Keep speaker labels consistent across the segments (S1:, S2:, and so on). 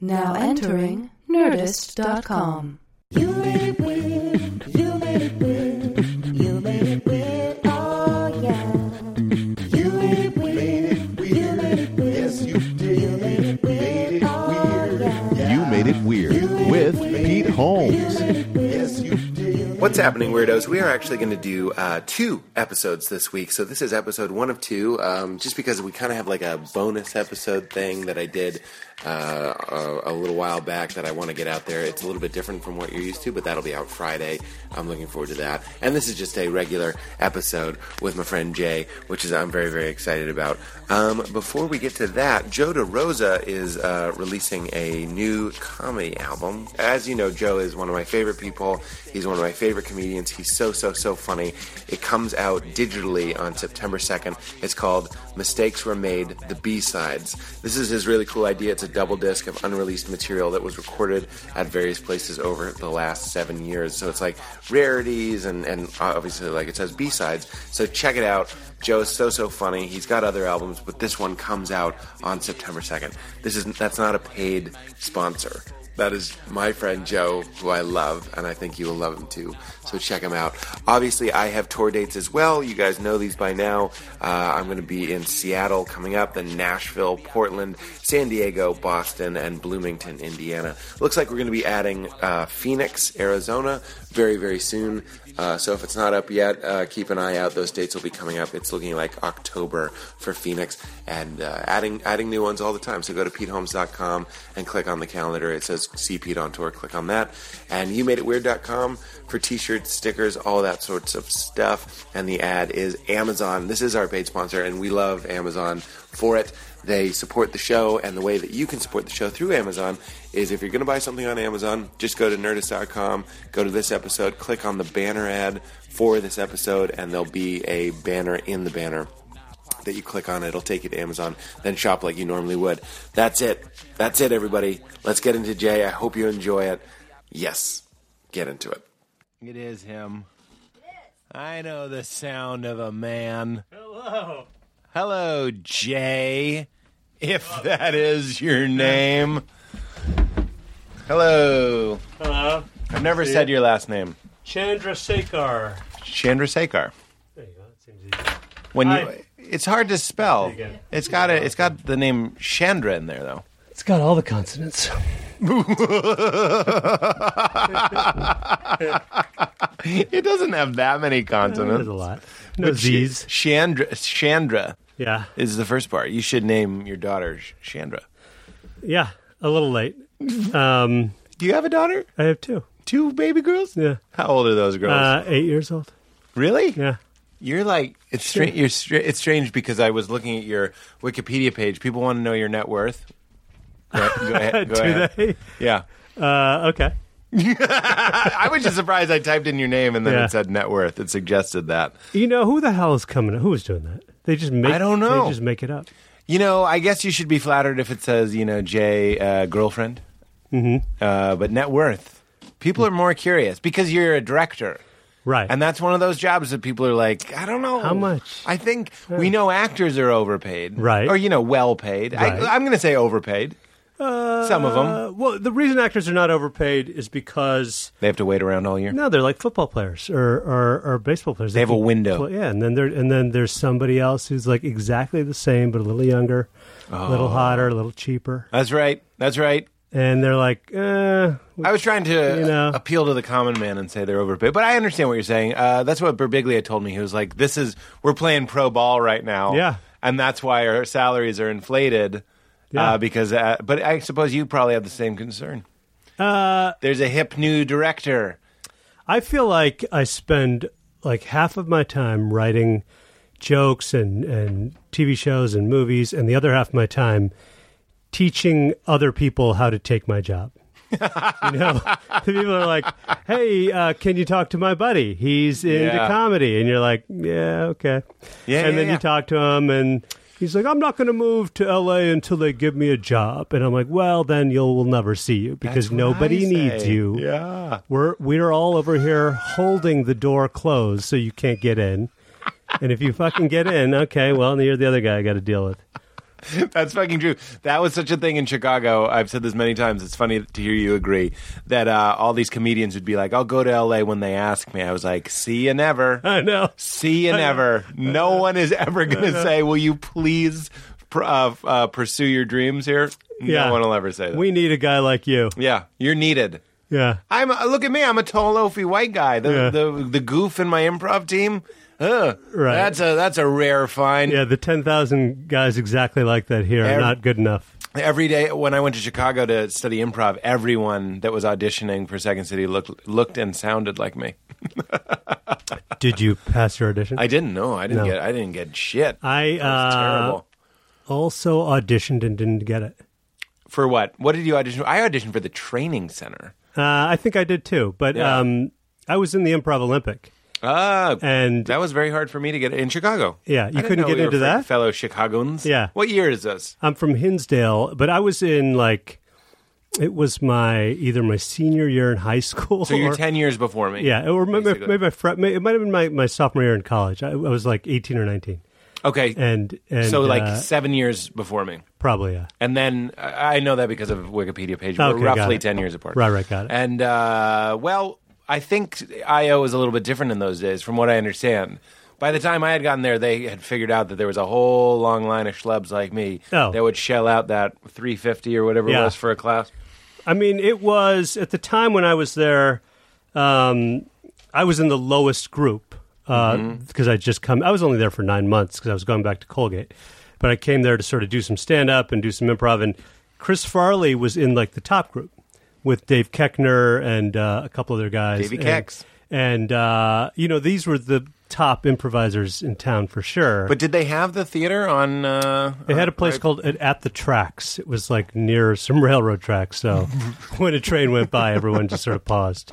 S1: Now entering Nerdist.com.
S2: You made it weird. You made it weird. You made it weird. Oh yeah. You made it weird. You made it weird. Yes, you did. You made it weird. Oh yeah.
S3: You Made It Weird with Pete Holmes.
S4: What's happening, weirdos? We are actually going to do uh, two episodes this week. So this is episode one of two, um, just because we kind of have like a bonus episode thing that I did uh, a, a little while back that I want to get out there. It's a little bit different from what you're used to, but that'll be out Friday. I'm looking forward to that. And this is just a regular episode with my friend Jay, which is I'm very very excited about. Um, before we get to that, Joe DeRosa is uh, releasing a new comedy album. As you know, Joe is one of my favorite people. He's one of my favorite comedians. He's so, so, so funny. It comes out digitally on September 2nd. It's called Mistakes Were Made, The B Sides. This is his really cool idea. It's a double disc of unreleased material that was recorded at various places over the last seven years. So it's like rarities and, and obviously, like it says, B Sides. So check it out. Joe is so so funny. He's got other albums, but this one comes out on September 2nd. This is that's not a paid sponsor. That is my friend Joe, who I love, and I think you will love him too. So check him out. Obviously, I have tour dates as well. You guys know these by now. Uh, I'm going to be in Seattle coming up, then Nashville, Portland, San Diego, Boston, and Bloomington, Indiana. Looks like we're going to be adding uh, Phoenix, Arizona, very very soon. Uh, so if it's not up yet, uh, keep an eye out. Those dates will be coming up. It's looking like October for Phoenix, and uh, adding adding new ones all the time. So go to PeteHolmes.com and click on the calendar. It says "See Pete on Tour." Click on that, and YouMadeItWeird.com for T-shirts, stickers, all that sorts of stuff. And the ad is Amazon. This is our paid sponsor, and we love Amazon for it. They support the show, and the way that you can support the show through Amazon is if you're going to buy something on Amazon, just go to nerdist.com, go to this episode, click on the banner ad for this episode, and there'll be a banner in the banner that you click on. It'll take you to Amazon, then shop like you normally would. That's it. That's it, everybody. Let's get into Jay. I hope you enjoy it. Yes, get into it.
S5: It is him. I know the sound of a man. Hello. Hello, Jay. If that is your name. Hello.
S6: Hello.
S5: I've never said your last name.
S6: Chandra Sekar.
S5: Chandra Sekar.
S6: There you go. That seems easy.
S5: When you
S6: Hi.
S5: it's hard to spell.
S6: There you go.
S5: It's got a, it's got the name Chandra in there though.
S7: It's got all the consonants.
S5: It doesn't have that many consonants.
S6: There's a lot. No Z's.
S5: Chandra Chandra
S6: Yeah.
S5: is the first part. You should name your daughter Sh- Chandra.
S6: Yeah. A little late. Um,
S5: Do you have a daughter?
S6: I have two.
S5: Two baby girls?
S6: Yeah.
S5: How old are those girls?
S6: Uh, eight years old.
S5: really?
S6: Yeah.
S5: You're like it's strange. You're stra- it's strange because I was looking at your Wikipedia page. People want to know your net worth. Go, go ahead. Go
S6: Do
S5: ahead.
S6: they?
S5: Yeah.
S6: Uh, okay.
S5: I was just surprised I typed in your name and then
S6: Yeah.
S5: it said net worth. It suggested that.
S6: You know who the hell is coming? Who is doing that? They just make.
S5: I don't know.
S6: They just make it up.
S5: You know, I guess you should be flattered if it says, you know, Jay, uh, girlfriend. Mm-hmm. Uh, but net worth. People are more curious because you're a director.
S6: Right.
S5: And that's one of those jobs that people are like, I don't know.
S6: How much?
S5: I think we know actors are overpaid.
S6: Right.
S5: Or, you know, well paid.
S6: Right.
S5: I, I'm going to say overpaid. Some of them.
S6: Uh, well, the reason actors are not overpaid is because
S5: They have to wait around all year.
S6: no, they're like football players or or, or baseball players. They,
S5: have a
S6: can
S5: window.
S6: play- yeah, and then there and then there's somebody else who's like exactly the same but a little younger, a
S5: Oh.
S6: little hotter, a little cheaper.
S5: That's right. That's right.
S6: and they're like, eh,
S5: I was trying to
S6: You know.
S5: appeal to the common man and say they're overpaid, but I understand what you're saying. Uh, that's what Berbiglia told me. He was like, "This is we're playing pro ball right now,
S6: Yeah.
S5: and that's why our salaries are inflated." Uh,
S6: Yeah.
S5: because, uh, but I suppose you probably have the same concern.
S6: uh,
S5: There's a hip new director.
S6: I feel like I spend like half of my time writing jokes and, and TV shows and movies, and the other half of my time teaching other people how to take my job. you know, the people are like, "Hey, uh, can you talk to my buddy? He's into
S5: Yeah.
S6: comedy," and you're like, "Yeah, okay."
S5: Yeah, yeah,
S6: and then
S5: yeah.
S6: you talk to him, and he's like, "I'm not going to move to L.A. until they give me a job," and I'm like, "Well, then you'll will never see you because
S5: That's what
S6: nobody
S5: I
S6: needs
S5: say.
S6: you."
S5: Yeah,
S6: We're we're all over here holding the door closed so you can't get in. And if you fucking get in, okay, well, then you're the other guy I got to deal with.
S5: That's fucking true. That was such a thing in Chicago. I've said this many times. It's funny to hear you agree that uh, all these comedians would be like, "I'll go to L.A. when they ask me." I was like, "See you never."
S6: I know.
S5: See you never. No one is ever going to say, "Will you please pr- uh, f- uh, pursue your dreams here?" No
S6: Yeah.
S5: one will ever say that.
S6: We need a guy like you.
S5: yeah, you're needed.
S6: Yeah.
S5: I'm uh, look at me. I'm a tall, loafy white guy. The
S6: Yeah.
S5: the, the goof in my improv team. Ugh,
S6: Right.
S5: That's a that's a rare find.
S6: Yeah, the 10,000 guys exactly like that here are
S5: Every-
S6: not good enough.
S5: Every day when I went to Chicago to study improv, everyone that was auditioning for Second City looked looked and sounded like me.
S6: Did you pass your audition?
S5: I didn't know. I didn't
S6: No.
S5: get. I didn't get shit.
S6: I,
S5: That was
S6: uh,
S5: terrible.
S6: also auditioned and didn't get it.
S5: For what? What did you audition? for? I auditioned for the training center.
S6: Uh, I think I did too, but
S5: Yeah.
S6: um, I was in the Improv Olympic.
S5: Ah,
S6: And
S5: that was very hard for me to get in Chicago.
S6: Yeah,
S5: I
S6: you
S5: didn't
S6: couldn't
S5: know
S6: get
S5: we were
S6: into that?
S5: fellow Chicagoans.
S6: Yeah.
S5: What year is this?
S6: I'm from Hinsdale, but I was in like, it was my either my senior year in high school.
S5: So you're
S6: or-
S5: ten years before me.
S6: Yeah, or maybe,
S5: basically.
S6: maybe my fr- may- it might have been my, my sophomore year in college. I, I was like 18 or 19.
S5: Okay.
S6: And, and
S5: so like
S6: uh,
S5: seven years before me.
S6: probably, yeah.
S5: And then I I know that because of Wikipedia page.
S6: Okay,
S5: We're
S6: got
S5: roughly
S6: it.
S5: ten years apart.
S6: Right, right, got it.
S5: And uh, well, I think IO was a little bit different in those days, from what I understand. By the time I had gotten there, they had figured out that there was a whole long line of schlubs like me
S6: Oh.
S5: that would shell out that three fifty or whatever it
S6: Yeah.
S5: was for a class.
S6: I mean, it was at the time when I was there. Um, I was in the lowest group because
S5: Mm-hmm.
S6: I just come. I was only there for nine months because I was going back to Colgate, but I came there to sort of do some stand up and do some improv. And Chris Farley was in like the top group with Dave Keckner and uh, a couple other guys.
S5: Davey
S6: and,
S5: Kecks.
S6: and uh, you know these were the top improvisers in town for sure.
S5: But did they have the theater on? Uh,
S6: They had a
S5: on-
S6: place
S5: right-
S6: called at, at the Tracks. It was like near some railroad tracks. So when a train went by, everyone just sort of paused.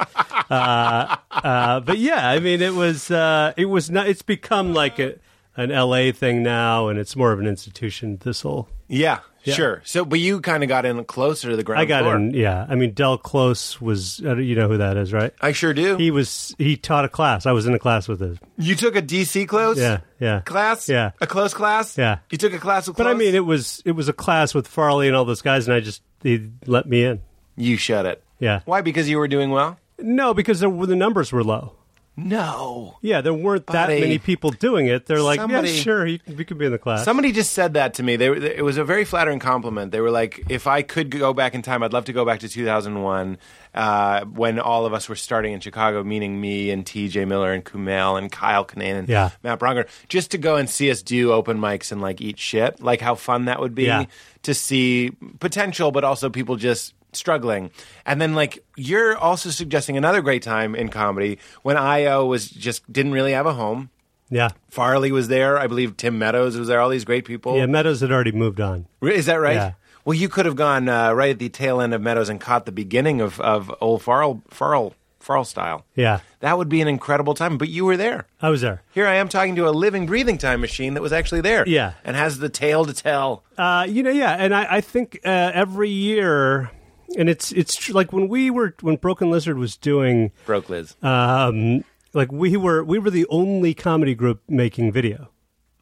S6: Uh, uh, but yeah, I mean, it was uh, it was not. It's become like a, an LA thing now, and it's more of an institution. This whole
S5: Yeah, sure. So, but you kind of got in closer to the ground.
S6: I got
S5: floor.
S6: in. Yeah, I mean, Del Close was. I don't- You know who that is, right?
S5: I sure do.
S6: He was. He taught a class. I was in a class with him.
S5: you took a DC close.
S6: Yeah, yeah.
S5: Class.
S6: Yeah.
S5: A close class.
S6: Yeah.
S5: You took a class with.
S6: But I
S5: close?
S6: mean, it was it was a class with Farley and all those guys, and I just they let me in.
S5: You shut it.
S6: Yeah.
S5: Why? Because you were doing well?
S6: No, because there were, the numbers were low.
S5: No.
S6: Yeah, there weren't
S5: Buddy.
S6: that many people doing it. They're like,
S5: Somebody-
S6: yeah, sure, you, we could be in the class.
S5: Somebody just said that to me. They, were- it was a very flattering compliment. They were like, if I could go back in time, I'd love to go back to 2001 uh, when all of us were starting in Chicago, meaning me and TJ Miller and Kumail and Kyle Kinane and
S6: Yeah.
S5: Matt Bronger, just to go and see us do open mics and like eat shit. Like how fun that would be
S6: Yeah.
S5: to see potential, but also people just struggling. And then like you're also suggesting another great time in comedy when IO was just didn't really have a home.
S6: yeah,
S5: Farley was there. I believe Tim Meadows was there. All these great people.
S6: yeah. Meadows had already moved on.
S5: Is that right?
S6: Yeah.
S5: Well, you could have gone uh, right at the tail end of Meadows and caught the beginning of, of old Farl, Farl, Farl style.
S6: Yeah,
S5: That would be an incredible time, but you were there.
S6: I was there.
S5: Here I am talking to a living, breathing time machine that was actually there.
S6: Yeah.
S5: And has the tale to tell.
S6: Uh, you know, yeah, and I, I think uh, every year, and it's it's tr- like when we were when Broken Lizard was doing,
S5: Broke Liz.
S6: um, like we were we were the only comedy group making video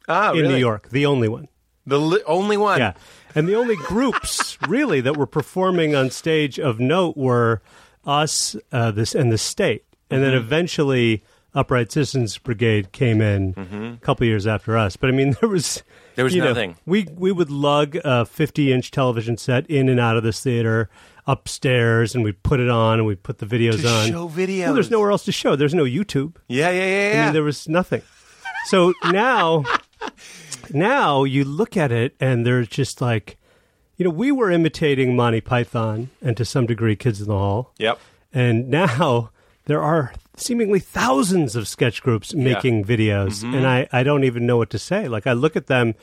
S5: ah,
S6: in
S5: really?
S6: New York, the only one.
S5: The li- only one.
S6: Yeah. And the only groups really that were performing on stage of note were us, uh, this, and the state. And then
S5: Mm-hmm.
S6: eventually, Upright Citizens Brigade came in a couple years after us. But I mean, there was
S5: Mm-hmm. There was
S6: you know,
S5: nothing.
S6: we we would lug a 50 inch television set in and out of this theater upstairs, and we'd put it on, and we'd put the videos
S5: To
S6: on.
S5: show videos.
S6: Well, there's nowhere else to show. There's no YouTube.
S5: Yeah, yeah, yeah, yeah.
S6: I mean, there was nothing. So now, now you look at it, and there's just like, you know, we were imitating Monty Python and to some degree Kids in the Hall,
S5: yep.
S6: and now there are seemingly thousands of sketch groups making videos,
S5: Mm-hmm.
S6: and I I don't even know what to say. Like I look at them.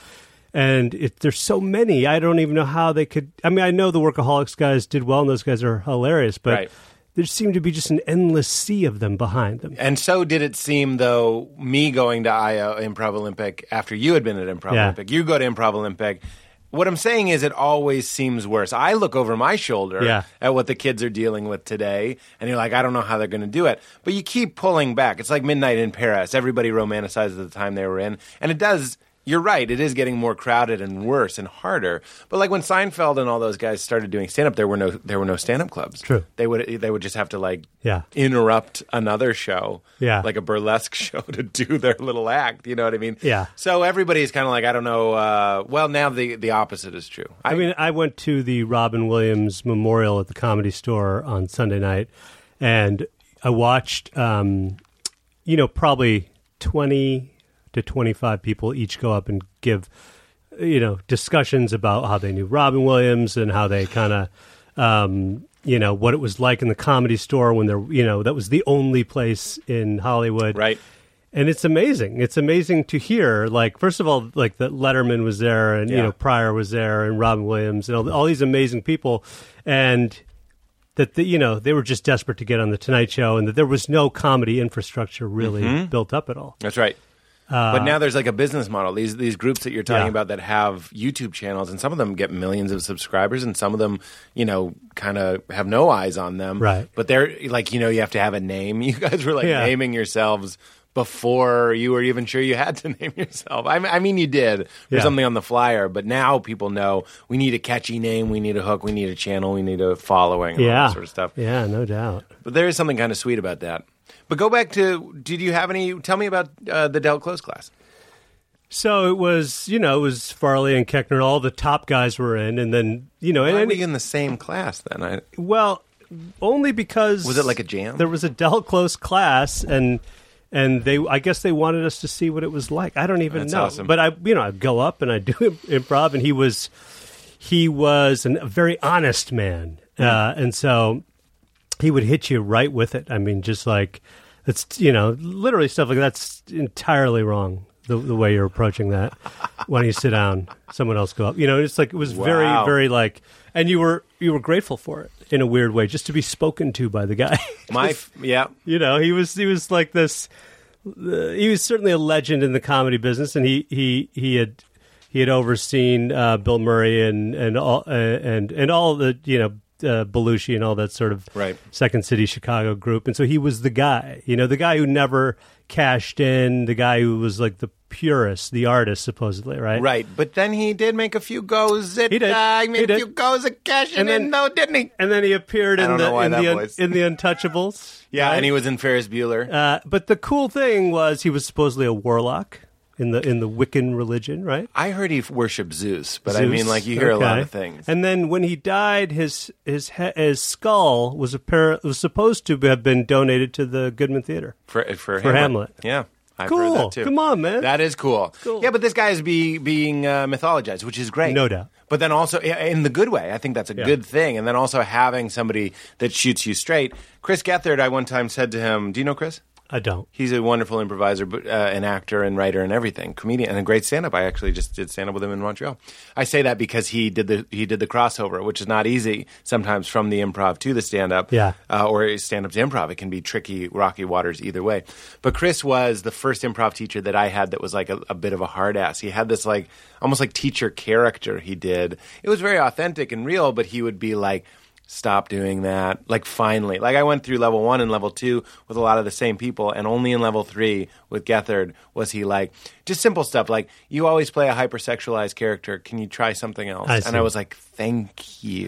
S6: And it, there's so many, I don't even know how they could. I mean, I know the Workaholics guys did well, and those guys are hilarious, but
S5: Right.
S6: there seemed to be just an endless sea of them behind them.
S5: And so did it seem, though, me going to IO Improv Olympic after you had been at Improv
S6: Yeah.
S5: Olympic. You go to Improv Olympic. What I'm saying is, it always seems worse. I look over my shoulder
S6: Yeah.
S5: at what the kids are dealing with today, and you're like, I don't know how they're going to do it. But you keep pulling back. It's like Midnight in Paris. Everybody romanticizes the time they were in, and it does. you're right. It is getting more crowded and worse and harder. But like when Seinfeld and all those guys started doing stand up, there were no there were no stand up clubs.
S6: True.
S5: They would they would just have to like
S6: Yeah.
S5: interrupt another show,
S6: Yeah.
S5: like a burlesque show to do their little act. You know what I mean?
S6: Yeah.
S5: So everybody's kind of like I don't know. Uh, well, now the the opposite is true.
S6: I mean, I went to the Robin Williams Memorial at the Comedy Store on Sunday night, and I watched, um, you know, probably twenty to twenty-five people each go up and give, you know, discussions about how they knew Robin Williams and how they kind of, um, you know, what it was like in the Comedy Store when there, you know, that was the only place in Hollywood,
S5: Right.
S6: and it's amazing. It's amazing to hear. Like, first of all, like that Letterman was there, and you
S5: Yeah.
S6: know Pryor was there, and Robin Williams, and all, all these amazing people, and that the, you know they were just desperate to get on the Tonight Show, and that there was no comedy infrastructure really
S5: Mm-hmm.
S6: built up at all.
S5: That's right. but now there's like a business model. These these groups that you're talking
S6: Yeah.
S5: about that have YouTube channels, and some of them get millions of subscribers, and some of them, you know, kind of have no eyes on them.
S6: Right.
S5: But they're like, you know, you have to have a name. You guys were like
S6: Yeah.
S5: naming yourselves before you were even sure you had to name yourself. I, mean- I mean, you did for
S6: Yeah.
S5: something on the flyer, but now people know we need a catchy name, we need a hook, we need a channel, we need a following, and all
S6: Yeah,
S5: that sort of stuff.
S6: Yeah, no doubt.
S5: But there is something kind of sweet about that. But go back to did you have any? Tell me about uh, the Dell Close class.
S6: So it was, you know, it was Farley and Keckner, all the top guys were in, and then you know, and,
S5: Why
S6: and
S5: were you in the same class then? I,
S6: Well, only because
S5: Was it like a jam?
S6: There was a Del Close class, and and they I guess they wanted us to see what it was like. I don't even
S5: That's
S6: know,
S5: awesome.
S6: but I you know I go up and I do improv, and he was he was an, a very honest man,
S5: Hmm.
S6: uh, and so he would hit you right with it. I mean, just like it's you know literally stuff like that's entirely wrong. The, the way you're approaching that when you sit down someone else go up you know it's like it was
S5: Wow.
S6: very very like and you were you were grateful for it in a weird way just to be spoken to by the guy
S5: my f- yeah.
S6: you know he was he was like this uh, he was certainly a legend in the comedy business and he he he had he had overseen uh, Bill Murray and and all uh, and and all the you know uh, Belushi and all that sort of
S5: Right.
S6: Second City Chicago group and so he was the guy you know the guy who never cashed in the guy who was like the purist the artist supposedly right
S5: Right, but then he did make a few goes. At,
S6: He did.
S5: Uh, he made
S6: He
S5: a
S6: did.
S5: few goes at cashing
S6: And then-
S5: in, though, didn't he?
S6: and then he appeared
S5: I
S6: in
S5: don't know
S6: the
S5: why
S6: in
S5: that
S6: the, un-
S5: voice.
S6: in the Untouchables
S5: Yeah,
S6: right?
S5: and he was in Ferris Bueller.
S6: Uh, but the cool thing was he was supposedly a warlock in the in the Wiccan religion, right?
S5: I heard he worshipped Zeus, but I mean,
S6: Zeus.
S5: like you hear a lot
S6: Okay.
S5: of things.
S6: And then when he died, his his he- his skull was appar- was supposed to have been donated to the Goodman Theater.
S5: for for,
S6: Hamlet.
S5: Yeah. I've
S6: Cool.
S5: Heard that too.
S6: Come on, man.
S5: That is cool.
S6: Cool.
S5: Yeah, but this guy is be, being uh, mythologized, which is great.
S6: No doubt.
S5: But then also yeah, in the good way, I think that's a
S6: Yeah.
S5: good thing. And then also having somebody that shoots you straight. Chris Gethard, I one time said to him, "Do you know Chris?
S6: I don't.
S5: He's a wonderful improviser, but uh, an actor and writer and everything, comedian and a great stand-up. I actually just did stand-up with him in Montreal. I say that because he did the he did the crossover, which is not easy sometimes from the improv to the stand-up,
S6: Yeah.
S5: uh, or stand-up to improv. It can be tricky, rocky waters either way. But Chris was the first improv teacher that I had that was like a, a bit of a hard ass. He had this like almost like teacher character he did. It was very authentic and real, but he would be like stop doing that. Like finally, like I went through level one and level two with a lot of the same people, and only in level three with Gethard was he like just simple stuff like you always play a hypersexualized character. Can you try something else?
S6: I
S5: and
S6: see. Uh-huh.
S5: I was like, thank you.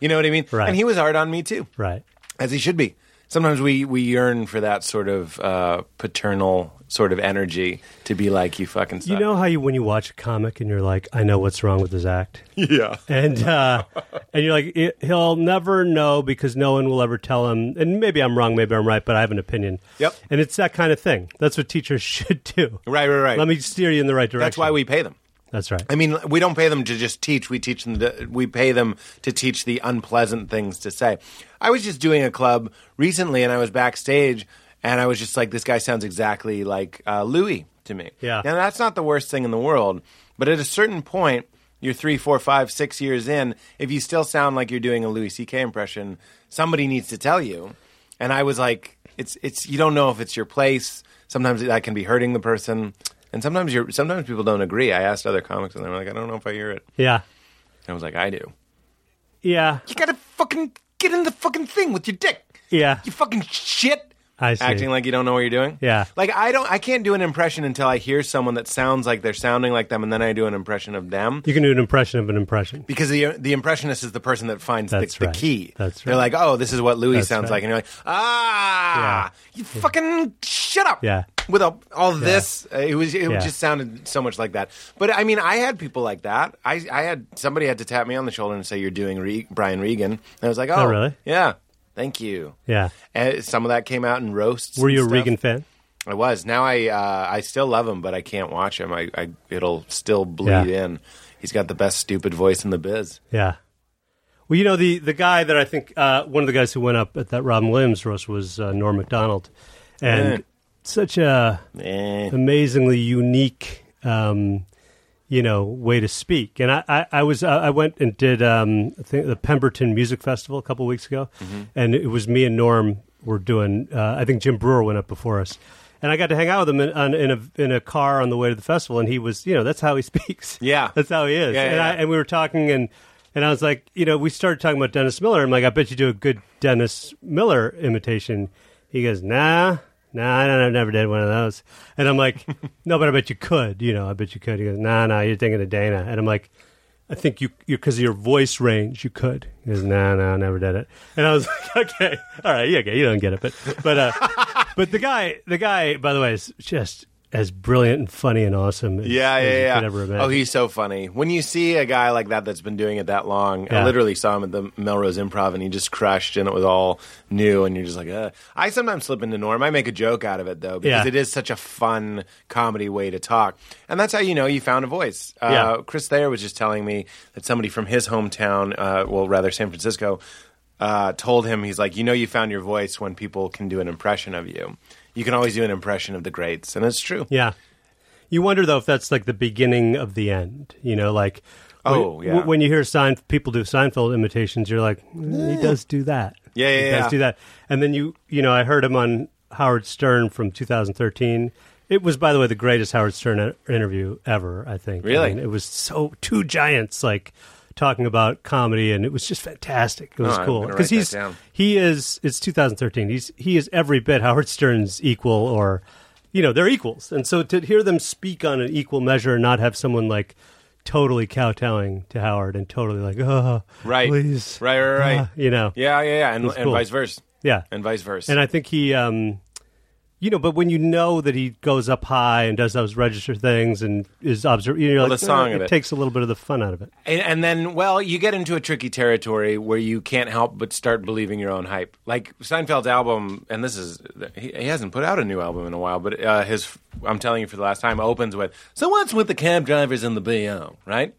S5: You know what I mean?
S6: Right.
S5: And he was hard on me too,
S6: Right.
S5: as he should be. Sometimes we we yearn for that sort of uh, paternal sort of energy to be like you fucking. Suck.
S6: You know how you when you watch a comic and you're like, I know what's wrong with his act.
S5: yeah.
S6: and uh, and you're like "It- he'll never know because no one will ever tell him and maybe i'm wrong maybe i'm right but i have an opinion
S5: Yep.
S6: and it's that kind of thing that's what teachers should do
S5: Right, right, right.
S6: let me steer you in the right direction
S5: That's why we pay them.
S6: that's right
S5: I mean, we don't pay them to just teach. We teach them. To, we pay them to teach the unpleasant things to say. I was just doing a club recently, and I was backstage, and I was just like, "This guy sounds exactly like uh, Louis to me."
S6: Yeah.
S5: And that's not the worst thing in the world, but at a certain point, you're three, four, five, six years in. If you still sound like you're doing a Louis C.K. impression, somebody needs to tell you. And I was like, "It's it's you don't know if it's your place. Sometimes that can be hurting the person." And sometimes you're sometimes people don't agree. I asked other comics, and they were like, "I don't know if I hear it."
S6: yeah
S5: And I was like, "I do."
S6: yeah
S5: You gotta fucking get in the fucking thing with your dick.
S6: Yeah.
S5: You fucking shit.
S6: I see.
S5: acting like you don't know what you're doing.
S6: Yeah.
S5: Like I don't I can't do an impression until I hear someone that sounds like they're sounding like them and then I do an impression of them.
S6: you can do an impression of an impression.
S5: Because the the impressionist is the person that finds the,
S6: That's
S5: the
S6: right.
S5: key.
S6: That's
S5: They're
S6: right.
S5: like, oh, this is what Louis
S6: That's
S5: sounds
S6: right.
S5: like, and you're like, ah, you fucking shut up.
S6: Yeah.
S5: With all, all this, Uh, it was it
S6: Yeah.
S5: just sounded so much like that. But I mean, I had people like that. I I had somebody had to tap me on the shoulder and say, "You're doing Re- Brian Regan," and I was like, "Oh,
S6: really?
S5: Yeah, thank you."
S6: Yeah.
S5: And Eh, some of that came out in roasts.
S6: Were
S5: and
S6: you a
S5: stuff.
S6: Regan fan?
S5: I was. Now I uh, I still love him, but I can't watch him. I, I it'll still bleed
S6: Yeah.
S5: in. He's got the best stupid voice in the biz.
S6: Yeah. Well, you know the the guy that I think uh, one of the guys who went up at that Robin Williams roast was uh, Norm Macdonald, and
S5: Mm.
S6: such a
S5: Eh.
S6: amazingly unique, um, you know, way to speak. And I, I, I was, uh, I went and did um, I think the Pemberton Music Festival a couple weeks ago,
S5: Mm-hmm.
S6: and it was me and Norm were doing. Uh, I think Jim Brewer went up before us, and I got to hang out with him in, on, in a in a car on the way to the festival, and he was, you know, that's how he speaks.
S5: Yeah.
S6: that's how he is.
S5: Yeah, yeah,
S6: and, I,
S5: yeah.
S6: and we were talking and. And I was like, you know, we started talking about Dennis Miller. I'm like, I bet you do a good Dennis Miller imitation. He goes, nah, nah, I don't, I've never did one of those. And I'm like, no, but I bet you could, you know, I bet you could. He goes, nah, nah, you're thinking of Dana. And I'm like, I think you, you because of your voice range, you could. He goes, nah, nah, I never did it. And I was like, okay, all right, yeah, okay, you don't get it, but, but, uh, but the guy, the guy, by the way, is just as brilliant and funny and awesome. As,
S5: Yeah,
S6: as you
S5: yeah,
S6: could ever
S5: yeah.
S6: imagine.
S5: Oh, he's so funny. When you see a guy like that that's been doing it that long, I
S6: Yeah.
S5: literally saw him at the Melrose Improv and he just crushed and it was all new and you're just like, Ugh. I sometimes slip into norm. I make a joke out of it though because
S6: Yeah.
S5: it is such a fun comedy way to talk. And that's how you know you found a voice. Uh,
S6: Yeah.
S5: Chris Thayer was just telling me that somebody from his hometown, uh, well, rather San Francisco, uh, told him, he's like, you know, you found your voice when people can do an impression of you. You can always do an impression of the greats. And it's true.
S6: Yeah. You wonder though if that's like the beginning of the end. You know, like
S5: Oh,
S6: when,
S5: yeah.
S6: w- when you hear Sein, people do Seinfeld imitations, you're like, "Mm, he does do that.
S5: Eh. Yeah, yeah,
S6: he does
S5: yeah.
S6: do that. And then you, you know, I heard him on Howard Stern from 2013. It was, by the way, the greatest Howard Stern e- interview ever. I think. I
S5: Really?
S6: mean, it was so two giants like talking about comedy, and it was just fantastic. It was
S5: Oh, I'm
S6: cool
S5: gonna write that
S6: he's
S5: down.
S6: he is it's 2013 he's he is every bit howard stern's equal or you know they're equals and so to hear them speak on an equal measure and not have someone like totally kowtowing to howard and totally like oh
S5: Right.
S6: please
S5: Right, right, right.
S6: ah," you know
S5: Yeah, yeah, yeah, and, and
S6: cool.
S5: vice versa.
S6: yeah
S5: And vice versa.
S6: and I think he, um, you know, but when you know that he goes up high and does those register things and is observed, you know,
S5: Well,
S6: like,
S5: the song
S6: eh,
S5: of it.
S6: takes a little bit of the fun out of it.
S5: and, and then, well, you get into a tricky territory where you can't help but start believing your own hype. Like Seinfeld's album, and this is he, he hasn't put out a new album in a while, but uh, his I'm telling you for the last time opens with so what's with the cab drivers and the BO, right?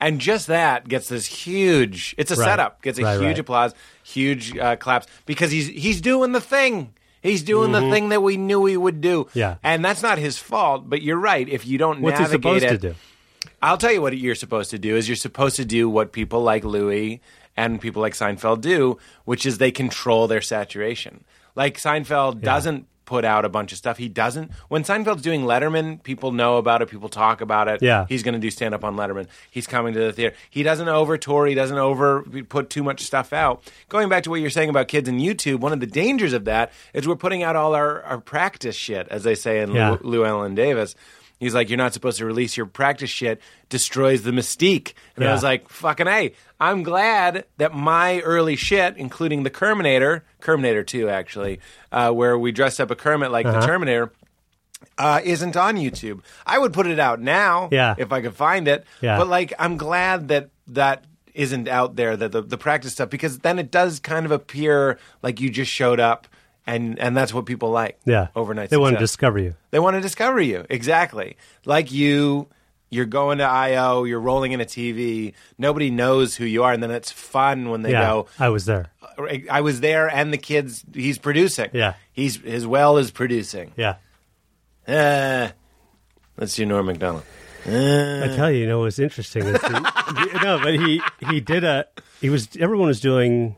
S5: And just that gets this huge. It's a
S6: Right.
S5: setup. Gets a
S6: Right,
S5: huge
S6: right.
S5: applause, huge uh, claps because he's he's doing the thing. He's doing the thing that we knew he would do.
S6: Mm-hmm. Yeah.
S5: and that's not his fault. But you're right. If you don't
S6: What's he
S5: navigate
S6: supposed
S5: it,
S6: to do?
S5: I'll tell you what you're supposed to do is you're supposed to do what people like Louis and people like Seinfeld do, which is they control their saturation. Like Seinfeld doesn't put out a bunch of stuff. He doesn't. When Seinfeld's doing Letterman, people know about it. People talk about it.
S6: Yeah.
S5: he's going to do stand up on Letterman. He's coming to the theater. He doesn't over tour. He doesn't over put too much stuff out. Going back to what you're saying about kids and YouTube, one of the dangers of that is we're putting out all our, our practice shit, as they say in
S6: Yeah.
S5: Lou- Lou Allen Davis. He's like, you're not supposed to release your practice shit. Destroys the mystique. And I
S6: Yeah.
S5: was like, fucking a. I'm glad that my early shit, including the Terminator, Terminator Two actually, uh, where we dressed up a Kermit like
S6: Uh-huh.
S5: the Terminator, uh, isn't on YouTube. I would put it out now
S6: Yeah.
S5: if I could find it.
S6: Yeah.
S5: But like, I'm glad that that isn't out there that the, the practice stuff because then it does kind of appear like you just showed up. And, and that's what people like.
S6: Yeah,
S5: Overnight
S6: They want to
S5: success.
S6: discover you.
S5: They want to discover you. Exactly. Like you, you're going to IO, you're rolling in a TV, nobody knows who you are, and then it's fun when they
S6: yeah,
S5: go,
S6: I was there.
S5: I was there and the kids he's producing.
S6: Yeah.
S5: He's his well is producing.
S6: Yeah.
S5: Uh, let's do Norm McDonald.
S6: I tell you, you know what's interesting is he, he- no, but he he did a he was everyone was doing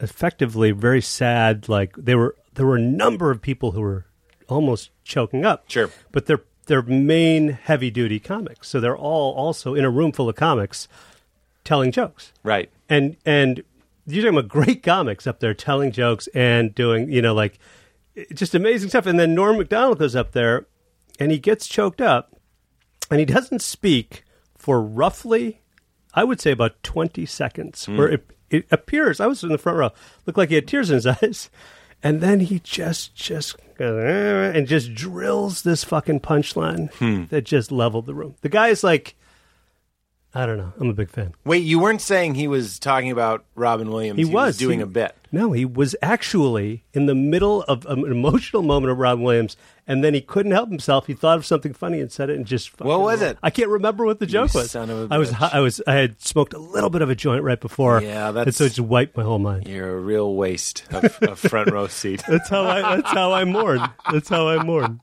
S6: effectively very sad. Like they were there were a number of people who were almost choking up.
S5: Sure.
S6: but they're they're main heavy duty comics, so they're all also in a room full of comics telling jokes
S5: Right.
S6: and and you're talking about great comics up there telling jokes and doing you know like just amazing stuff. And then Norm McDonald goes up there and he gets choked up and he doesn't speak for roughly, I would say, about 20 seconds, where it, it appears, I was in the front row, looked like he had tears in his eyes. And then he just, just, goes, "Eh," and just drills this fucking punchline that just leveled the room. The guy is like, I don't know. I'm a big fan.
S5: Wait, you weren't saying he was talking about Robin Williams.
S6: He was.
S5: doing
S6: He-
S5: a bit.
S6: No, he was actually in the middle of um, an emotional moment of Robin Williams, and then he couldn't help himself. He thought of something funny and said it, and just fucking-
S5: What was it?
S6: I can't remember what the joke was.
S5: son of a
S6: I was,
S5: bitch.
S6: I was, I had smoked a little bit of a joint right before.
S5: Yeah,
S6: and so
S5: that's-
S6: it just wiped my whole mind.
S5: You're a real waste of, of front row seat.
S6: That's how I. That's how I mourn. That's how I mourn.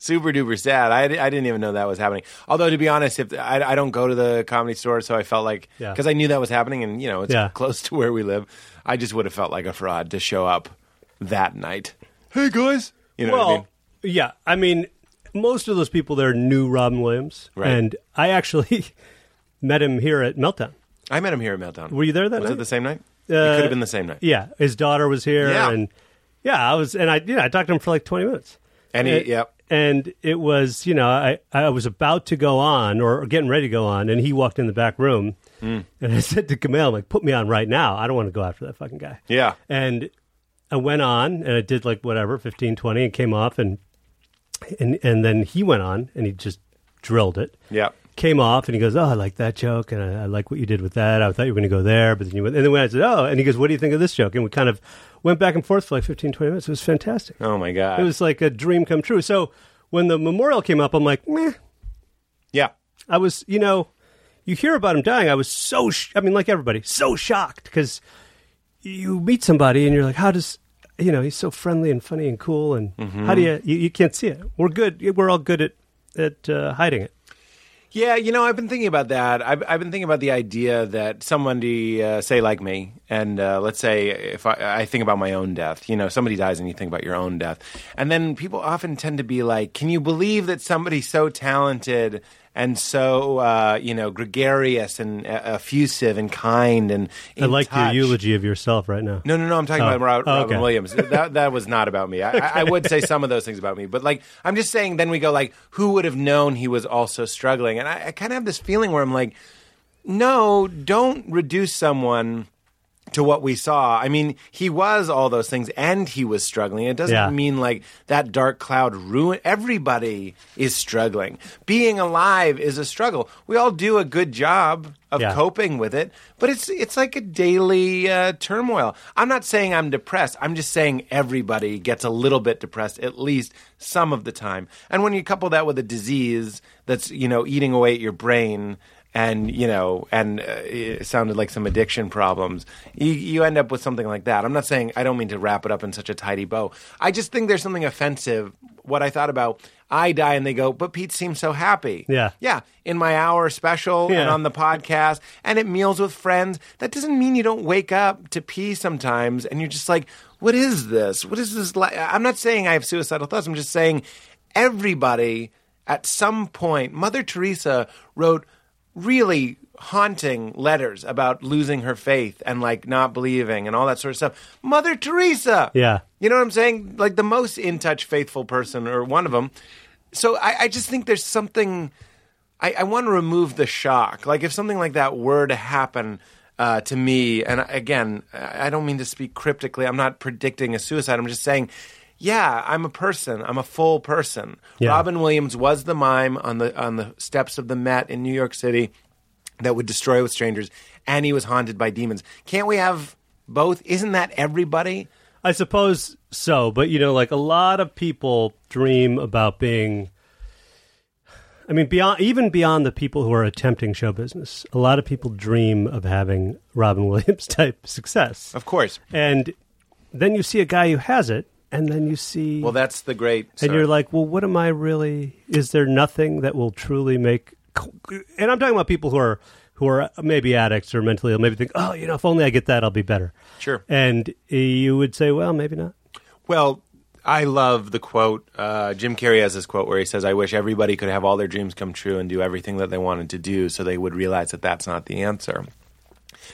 S5: Super duper sad. I, I didn't even know that was happening. Although to be honest, if I, I don't go to the comedy store, so I felt like
S6: Yeah.
S5: because I knew that was happening, and you know it's
S6: Yeah.
S5: close to where we live, I just would have felt like a fraud to show up that night. Hey guys, you know
S6: well,
S5: what I mean?
S6: yeah. I mean, most of those people there knew Robin Williams,
S5: Right.
S6: and I actually met him here at Meltdown.
S5: I met him here at Meltdown.
S6: Were you there that
S5: was
S6: night?
S5: it the same night?
S6: Uh,
S5: it could have been the same night.
S6: Yeah, his daughter was here,
S5: Yeah.
S6: and yeah, I was, and I, yeah, I talked to him for like twenty minutes,
S5: And he,
S6: It-
S5: yep.
S6: and it was, you know, I, I was about to go on or getting ready to go on, and he walked in the back room, and I said to Camille, like, put me on right now. I don't want to go after that fucking guy.
S5: Yeah.
S6: And I went on and I did like whatever, 15, 20, and came off and and and then he went on and he just drilled it.
S5: Yep.
S6: Came off and he goes, Oh, I like that joke and I, I like what you did with that. I thought you were gonna go there, but then you went and then when I said, Oh, and he goes, What do you think of this joke? And we kind of went back and forth for like 15, 20 minutes. It was fantastic.
S5: Oh my god.
S6: It was like a dream come true. So when the memorial came up, I'm like, meh.
S5: yeah.
S6: I was, you know, you hear about him dying. I was so, sh- I mean, like everybody, so shocked because you meet somebody and you're like, how does, you know, he's so friendly and funny and cool. And
S5: Mm-hmm.
S6: how do you, you, you can't see it. We're good. We're all good at, at uh, hiding it.
S5: Yeah, you know, I've been thinking about that. I've, I've been thinking about the idea that somebody, uh, say, like me, and uh, let's say if I, I think about my own death, you know, somebody dies and you think about your own death. And then people often tend to be like, can you believe that somebody so talented and so, uh, you know, gregarious and uh, effusive and kind and.
S6: I
S5: in
S6: like
S5: touch?"
S6: your eulogy of yourself right now.
S5: No, no, no. I'm talking
S6: Oh.
S5: about Rob,
S6: Oh,
S5: Robin
S6: okay.
S5: Williams. That that was not about me. I, I I would say some of those things about me, but like I'm just saying. Then we go like, who would have known he was also struggling? And I, I kind of have this feeling where I'm like, no, don't reduce someone to what we saw. I mean, he was all those things, and he was struggling. It doesn't
S6: Yeah.
S5: mean like that dark cloud ruin. Everybody is struggling. Being alive is a struggle. We all do a good job of
S6: Yeah.
S5: coping with it, but it's it's like a daily uh, turmoil. I'm not saying I'm depressed. I'm just saying everybody gets a little bit depressed at least some of the time. And when you couple that with a disease that's you know eating away at your brain and you know and uh, it sounded like some addiction problems you, you end up with something like that i'm not saying i don't mean to wrap it up in such a tidy bow i just think there's something offensive what i thought about i die and they go but pete seems so happy
S6: Yeah.
S5: yeah in my hour special and
S6: Yeah.
S5: on the podcast and at meals with friends that doesn't mean you don't wake up to pee sometimes and you're just like what is this what is this like i'm not saying i have suicidal thoughts i'm just saying everybody at some point mother teresa wrote really haunting letters about losing her faith and like not believing and all that sort of stuff. Mother Teresa.
S6: Yeah.
S5: You know what I'm saying? Like the most in touch faithful person or one of them. So I, I just think there's something. I, I want to remove the shock. Like if something like that were to happen uh, to me, and again, I I don't mean to speak cryptically. I'm not predicting a suicide. I'm just saying, yeah, I'm a person. I'm a full person.
S6: Yeah.
S5: Robin Williams was the mime on the on the steps of the Met in New York City that would destroy with strangers, and he was haunted by demons. Can't we have both? Isn't that everybody?
S6: I suppose so, but you know, like a lot of people dream about being. I mean, beyond even beyond the people who are attempting show business, a lot of people dream of having Robin Williams type success,
S5: Of course.
S6: and then you see a guy who has it, and then you see,
S5: Well, that's the great.
S6: and
S5: sorry.
S6: you're like, well, what am I really? Is there nothing that will truly make? And I'm talking about people who are who are maybe addicts or mentally ill, maybe think, oh, you know, if only I get that, I'll be better.
S5: Sure.
S6: And you would say, well, maybe not.
S5: Well, I love the quote. Uh, Jim Carrey has this quote where he says, I wish everybody could have all their dreams come true and do everything that they wanted to do so they would realize that that's not the answer.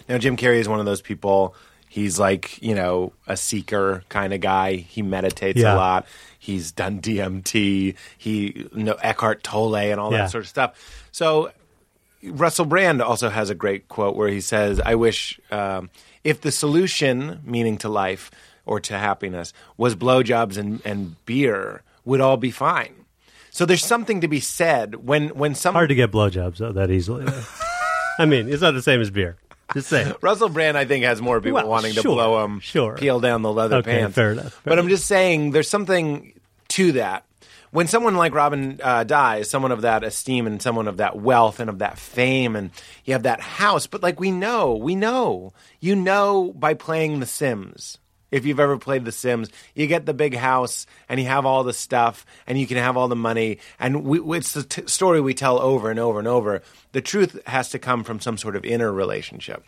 S5: Now, Jim Carrey is one of those people. He's like you know a seeker kind of guy. He meditates
S6: Yeah.
S5: a lot. He's done DMT. He no Eckhart Tolle and all
S6: Yeah.
S5: that sort of stuff. So Russell Brand also has a great quote where he says, "I wish um, if the solution, meaning to life or to happiness, was blowjobs and, and beer, would all be fine." So there's something to be said when when some
S6: Hard to get blowjobs though, that easily. though. I mean, it's not the same as beer. Just saying.
S5: Russell Brand, I think, has more people
S6: Well,
S5: wanting to
S6: sure,
S5: blow him,
S6: sure.
S5: peel down the leather
S6: Okay,
S5: pants.
S6: fair enough, fair
S5: but I'm just saying, there's something to that. When someone like Robin uh, dies, someone of that esteem and someone of that wealth and of that fame, and you have that house, but like we know, we know, you know, by playing The Sims. If you've ever played The Sims, you get the big house and you have all the stuff and you can have all the money. And we, it's the t- story we tell over and over and over. The truth has to come from some sort of inner relationship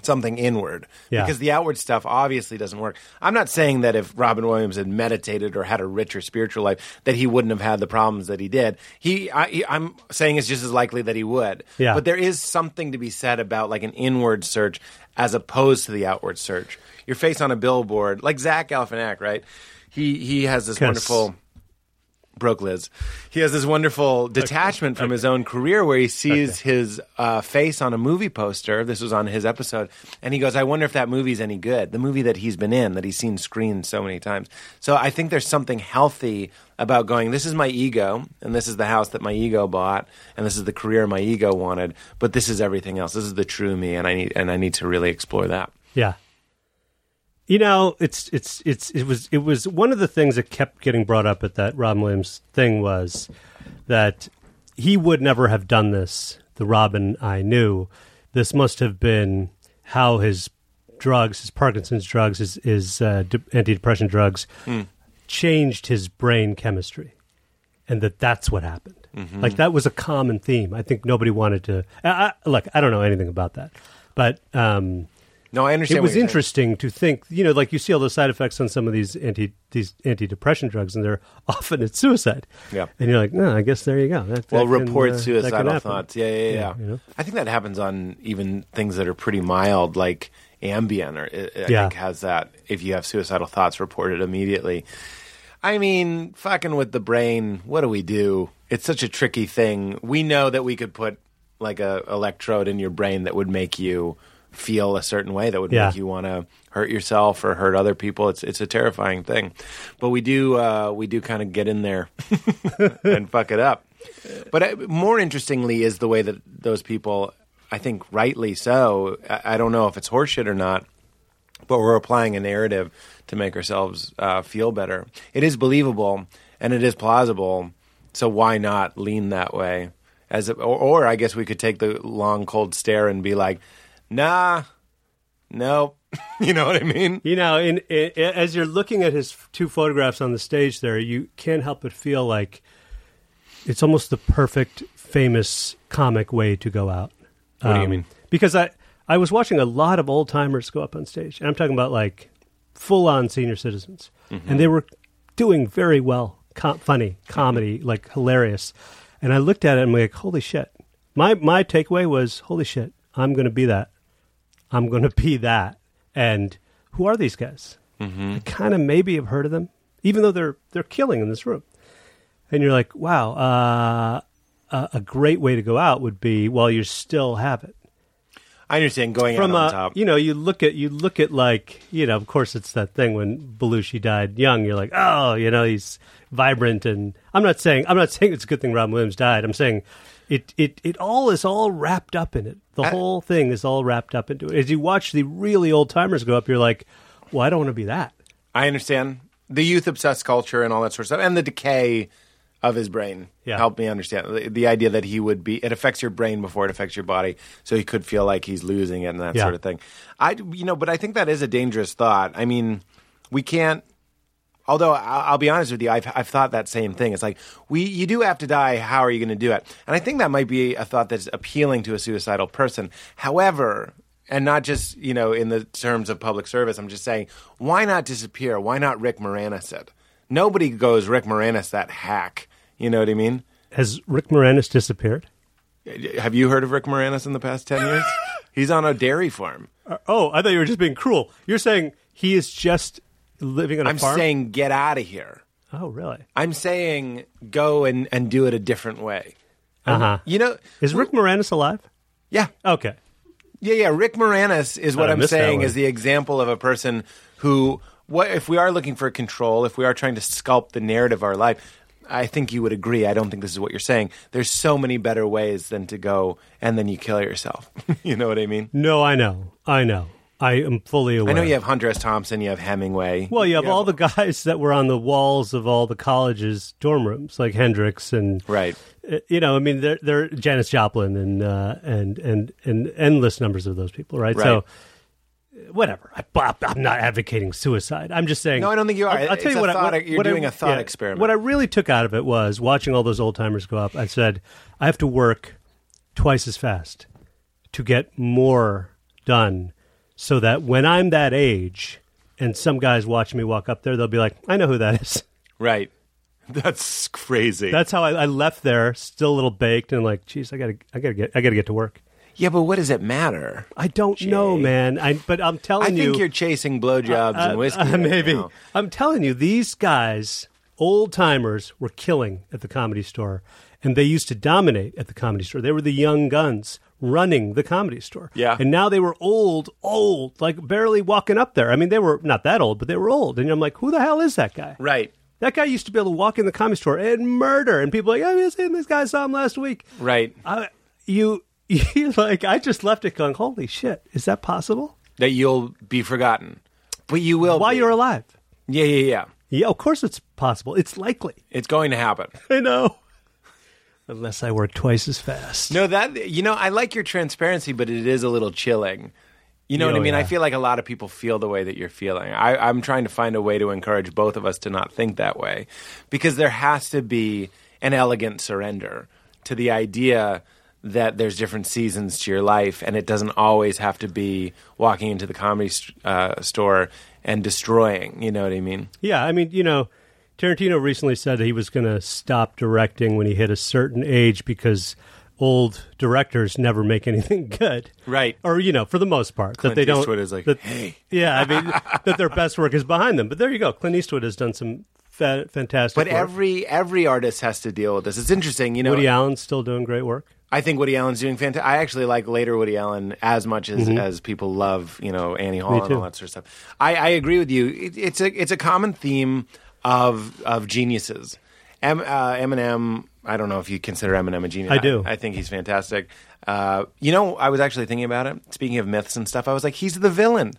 S5: something inward
S6: Yeah.
S5: because the outward stuff obviously doesn't work. I'm not saying that if Robin Williams had meditated or had a richer spiritual life that he wouldn't have had the problems that he did. He, I, he I'm saying it's just as likely that he would.
S6: Yeah.
S5: But there is something to be said about like an inward search as opposed to the outward search. Your face on a billboard, like Zach Galifianak, right? He he has this
S6: Yes.
S5: wonderful broke Liz. He has this wonderful detachment from his own career where he sees his uh, face on a movie poster. This was on his episode, and he goes, "I wonder if that movie's any good." The movie that he's been in, that he's seen screened so many times. So I think there's something healthy about going. This is my ego, and this is the house that my ego bought, and this is the career my ego wanted. But this is everything else. This is the true me, and I need and I need to really explore that.
S6: Yeah. You know, it's it's it's it was it was one of the things that kept getting brought up at that Robin Williams thing was that he would never have done this. The Robin I knew, this must have been how his drugs, his Parkinson's drugs, his his uh, de- antidepressant drugs, changed his brain chemistry, and that that's what happened. Like that was a common theme. I think nobody wanted to. I, I, look, I don't know anything about that, but. um
S5: No, I understand.
S6: it
S5: what
S6: was
S5: you're saying.
S6: interesting to think, you know, like you see all those side effects on some of these anti these antidepressant drugs, and they're often it's suicide.
S5: Yeah.
S6: and you're like, no, I guess there you go. That,
S5: Well,
S6: that can,
S5: report
S6: uh, that can
S5: suicidal
S6: happen.
S5: thoughts. Yeah, yeah, yeah.
S6: you know?
S5: I think that happens on even things that are pretty mild, like Ambien, or I I
S6: Yeah.
S5: think has that. If you have suicidal thoughts, reported immediately. I mean, fucking with the brain. What do we do? It's such a tricky thing. We know that we could put like a electrode in your brain that would make you feel a certain way that would
S6: Yeah.
S5: make you want to hurt yourself or hurt other people it's it's a terrifying thing but we do uh we do kind of get in there and fuck it up. But I, more interestingly is the way that those people, I think rightly so, I, I don't know if it's horseshit or not, but we're applying a narrative to make ourselves uh, feel better. It is believable and it is plausible, so why not lean that way? As a, or, or I guess we could take the long cold stare and be like, nah, nope. you know what I mean?
S6: You know, in, in, as you're looking at his two photographs on the stage, there you can't help but feel like it's almost the perfect famous comic way to go out. Um,
S5: What do you mean?
S6: Because I I was watching a lot of old timers go up on stage, and I'm talking about like full on senior citizens,
S5: Mm-hmm.
S6: and they were doing very well, com- funny comedy,
S5: Mm-hmm.
S6: like hilarious. And I looked at it and I'm like, holy shit. My my takeaway was, holy shit, I'm going to be that. I'm going to be that. And who are these guys? I kind of maybe have heard of them, even though they're they're killing in this room. And you're like, wow, uh, a, a great way to go out would be while you still have it
S5: I understand going
S6: from
S5: out on
S6: a
S5: top.
S6: you know you look at you look at like you know of course it's that thing when Belushi died young you're like oh you know he's vibrant and I'm not saying I'm not saying it's a good thing Robin Williams died I'm saying it it it all is all wrapped up in it
S5: Uh,
S6: the whole thing is all wrapped up into it as you watch the really old timers go up you're like well I don't want to be that
S5: I understand the youth obsessed culture and all that sort of stuff, and the decay of his brain.
S6: Yeah.
S5: helped me understand the, the idea that he would be. It affects your brain before it affects your body, so he could feel like he's losing it and that
S6: Yeah.
S5: sort of thing. I, you know, but I think that is a dangerous thought. I mean, we can't. Although I- I'll be honest with you, I've, I've thought that same thing. It's like we you do have to die. How are you going to do it? And I think that might be a thought that's appealing to a suicidal person. However, and not just you know in the terms of public service, I'm just saying why not disappear? Why not Rick Moranis it? Nobody goes Rick Moranis that hack. You know what I mean?
S6: has Rick Moranis disappeared
S5: Have you heard of Rick Moranis in the past ten years? He's on a dairy farm.
S6: Oh, I thought you were just being cruel. You're saying he is just living on a
S5: I'm
S6: farm.
S5: saying get out of here.
S6: oh, really?
S5: I'm saying go and, and do it a different way.
S6: Uh huh.
S5: You know,
S6: Is Rick Moranis alive?
S5: yeah,
S6: Okay.
S5: yeah, yeah. Rick Moranis is what
S6: I
S5: I'm
S6: missed that
S5: saying
S6: one.
S5: is the example of a person who, what if we are looking for control, if we are trying to sculpt the narrative of our life, I think you would agree. I don't think this is what you're saying. There's so many better ways than to go and then you kill yourself. you know what I mean?
S6: No, I know. I know. I am fully aware.
S5: I know you have Hunter S. Thompson, you have Hemingway.
S6: Well, you have all the guys that were on the walls of all the colleges' dorm rooms, like Hendrix and
S5: right.
S6: uh, You know, I mean, they're, they're Janis Joplin and uh, and and and endless numbers of those people, right?
S5: Right.
S6: So, uh, whatever. I, I'm not advocating suicide. I'm just saying.
S5: No, I don't think you are.
S6: I'll, I'll tell
S5: It's
S6: you
S5: a
S6: what. I-
S5: thought-
S6: what-
S5: you're
S6: what I-
S5: doing a thought
S6: yeah,
S5: experiment.
S6: What I really took out of it was watching all those old timers go up. I said, I have to work twice as fast to get more done, so that when I'm that age and some guys watch me walk up there, they'll be like, I know who that is.
S5: Right. That's crazy.
S6: That's how I, I left there, still a little baked, and like, geez, I gotta, I gotta get, I gotta get to work.
S5: yeah, but what does it matter?
S6: I don't know, man. I but I'm telling
S5: I
S6: you,
S5: think you're chasing blowjobs and whiskey.
S6: uh,
S5: right
S6: maybe
S5: now.
S6: I'm telling you, these guys, old timers, were killing at the comedy store, and they used to dominate at the comedy store. They were the young guns running the comedy store.
S5: Yeah.
S6: and now they were old, old, like barely walking up there. I mean, they were not that old, but they were old, and I'm like, who the hell is that guy?
S5: Right.
S6: That guy used to be able to walk in the comedy store and murder, and people are like, I seen this guy I saw him last week.
S5: Right.
S6: I, you, you like, I just left it going, holy shit, is that possible?
S5: That you'll be forgotten. But you will.
S6: While
S5: be.
S6: you're alive?
S5: Yeah, yeah, yeah.
S6: Yeah, of course it's possible. It's likely.
S5: It's going to happen.
S6: I know. Unless I work twice as fast.
S5: No, that, you know, I like your transparency, but it is a little chilling. You know what I
S6: Oh,
S5: mean? I
S6: yeah.
S5: feel like a lot of people feel the way that you're feeling. I, I'm trying to find a way to encourage both of us to not think that way because there has to be an elegant surrender to the idea that there's different seasons to your life and it doesn't always have to be walking into the comedy st- uh, store and destroying. You know what I mean?
S6: Yeah, I mean, you know, Tarantino recently said that he was going to stop directing when he hit a certain age because old directors never make anything good.
S5: Right.
S6: Or, you know, for the most part.
S5: Clint
S6: that they don't.
S5: Eastwood is like,
S6: that-
S5: "Hey."
S6: Yeah, I mean, that their best work is behind them. But there you go. Clint Eastwood has done some fa- fantastic
S5: But
S6: work.
S5: every every artist has to deal with this. It's interesting, you know.
S6: Woody Allen's still doing great work.
S5: I think Woody Allen's doing fantastic. I actually like later Woody Allen as much as, as people love, you know, Annie Hall and all
S6: Mm-hmm. too.
S5: that sort of stuff. I, I agree with you. It, it's a it's a common theme of of geniuses. M, uh, Eminem. I don't know if you consider Eminem a genius.
S6: I do.
S5: I, think he's fantastic. Uh, you know, I was actually thinking about it. Speaking of myths and stuff, I was like, he's the villain.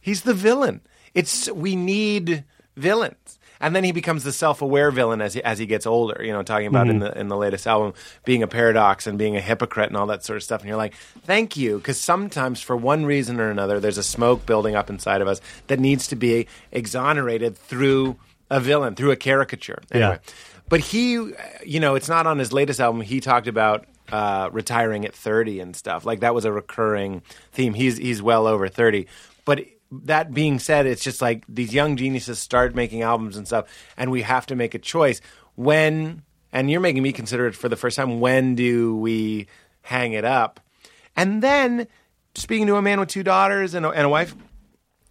S5: He's the villain. It's we need villains. And then he becomes the self-aware villain as he, as he gets older. You know, talking about in the in the latest album being a paradox and being a hypocrite and all that sort of stuff. And you're like, thank you, because sometimes for one reason or another, there's a smoke building up inside of us that needs to be exonerated through a villain, through a caricature. Anyway,
S6: Yeah.
S5: but he, uh, you know, it's not on his latest album. He talked about uh, retiring at 30 and stuff. Like that was a recurring theme. He's he's well over 30. But that being said, it's just like these young geniuses start making albums and stuff, and we have to make a choice when. And you're making me consider it for the first time. When do we hang it up? And then speaking to a man with two daughters and a, and a wife,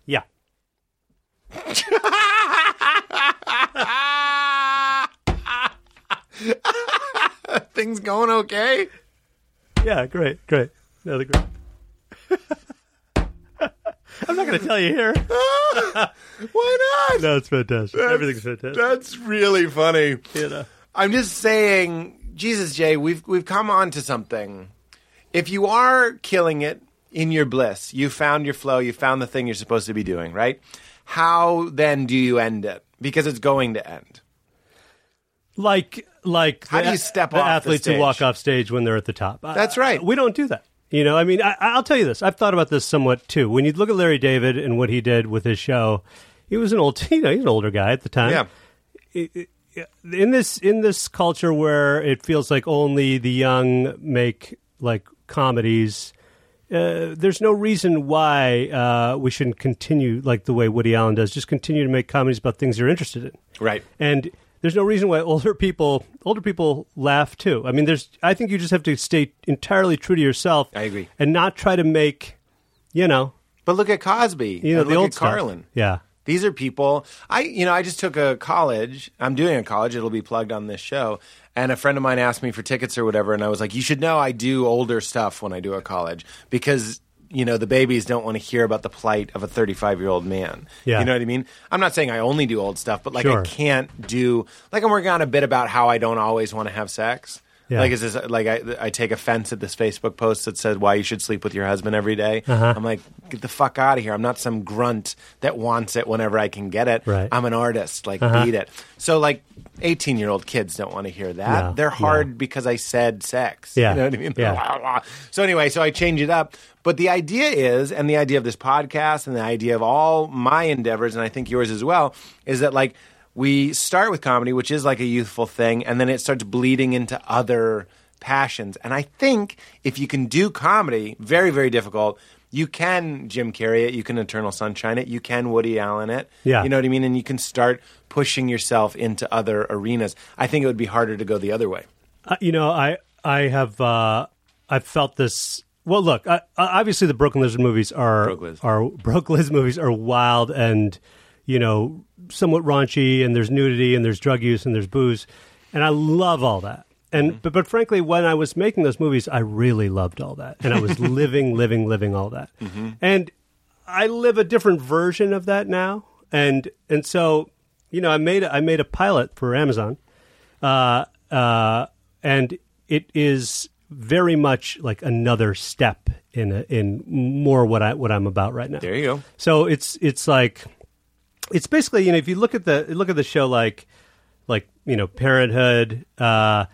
S6: Yeah.
S5: things going okay.
S6: Yeah, great, great. Another great. I'm not going to tell you here.
S5: Why not?
S6: No, it's fantastic. Everything's fantastic.
S5: That's really funny.
S6: you know.
S5: I'm just saying, Jesus, Jay, we've we've come on to something. If you are killing it in your bliss, you found your flow, you found the thing you're supposed to be doing, right? How then do you end it? Because it's going to end.
S6: Like, like
S5: How
S6: the,
S5: do you step
S6: the
S5: off the
S6: athletes who walk
S5: stage?
S6: off stage when they're at the top? I-
S5: That's right.
S6: I- we don't do that. You know, I mean, I, I'll tell you this. I've thought about this somewhat too. When you look at Larry David and what he did with his show, he was an old, you know, he's an older guy at the time.
S5: Yeah.
S6: in this in this culture where it feels like only the young make like comedies uh, there's no reason why uh, we shouldn't continue like the way Woody Allen does. Just continue to make comedies about things you're interested in,
S5: Right.
S6: And there's no reason why older people older people laugh too. I mean, there's I think you just have to stay entirely true to yourself.
S5: I agree.
S6: and not try to make, you know,
S5: But look at Cosby.
S6: you know
S5: and
S6: the
S5: look
S6: old
S5: at
S6: stuff.
S5: Carlin.
S6: Yeah,
S5: These are people. I, you know, I just took a college. I'm doing a college. It'll be plugged on this show. And a friend of mine asked me for tickets or whatever, and I was like, "You should know I do older stuff when I do a college because you know the babies don't want to hear about the plight of a 35 year old man.
S6: Yeah.
S5: You know what I mean? I'm not saying I only do old stuff, but like
S6: Sure.
S5: I can't do like I'm working on a bit about how I don't always want to have sex.
S6: Yeah.
S5: Like is this like I, I take offense at this Facebook post that said why you should sleep with your husband every day.
S6: Uh-huh.
S5: I'm like get the fuck out of here. I'm not some grunt that wants it whenever I can get it.
S6: Right. Uh-huh.
S5: I'm an artist. Like beat it. So like 18 year old kids don't want to hear that.
S6: No,
S5: They're
S6: no.
S5: hard because I said sex.
S6: Yeah.
S5: You know what I mean?
S6: Yeah.
S5: Blah, blah. So anyway, so I change it up. But the idea is, and the idea of this podcast and the idea of all my endeavors, and I think yours as well, is that like we start with comedy, which is like a youthful thing, and then it starts bleeding into other passions. And I think if you can do comedy, very, very difficult. You can Jim Carrey it, you can Eternal Sunshine it, you can Woody Allen it.
S6: Yeah.
S5: You know what I mean? And you can start pushing yourself into other arenas. I think it would be harder to go the other way.
S6: Uh, you know, I I have uh, I've felt this. Well, look, I, I- obviously the Brooklyn Lizard movies are
S5: Broke Liz.
S6: are Brooklyn Lizard movies are wild and you know somewhat raunchy, and there's nudity, and there's drug use, and there's booze, and I love all that. And
S5: Mm-hmm.
S6: but, but frankly, when I was making those movies, I really loved all that, and I was living, living, living all that,
S5: Mm-hmm.
S6: and I live a different version of that now, and and so you know, I made a, I made a pilot for Amazon, uh, uh, and it is very much like another step in a, in more what I what I'm about right now.
S5: There you go.
S6: So it's it's like it's basically you know if you look at the look at the show like like you know Parenthood uh,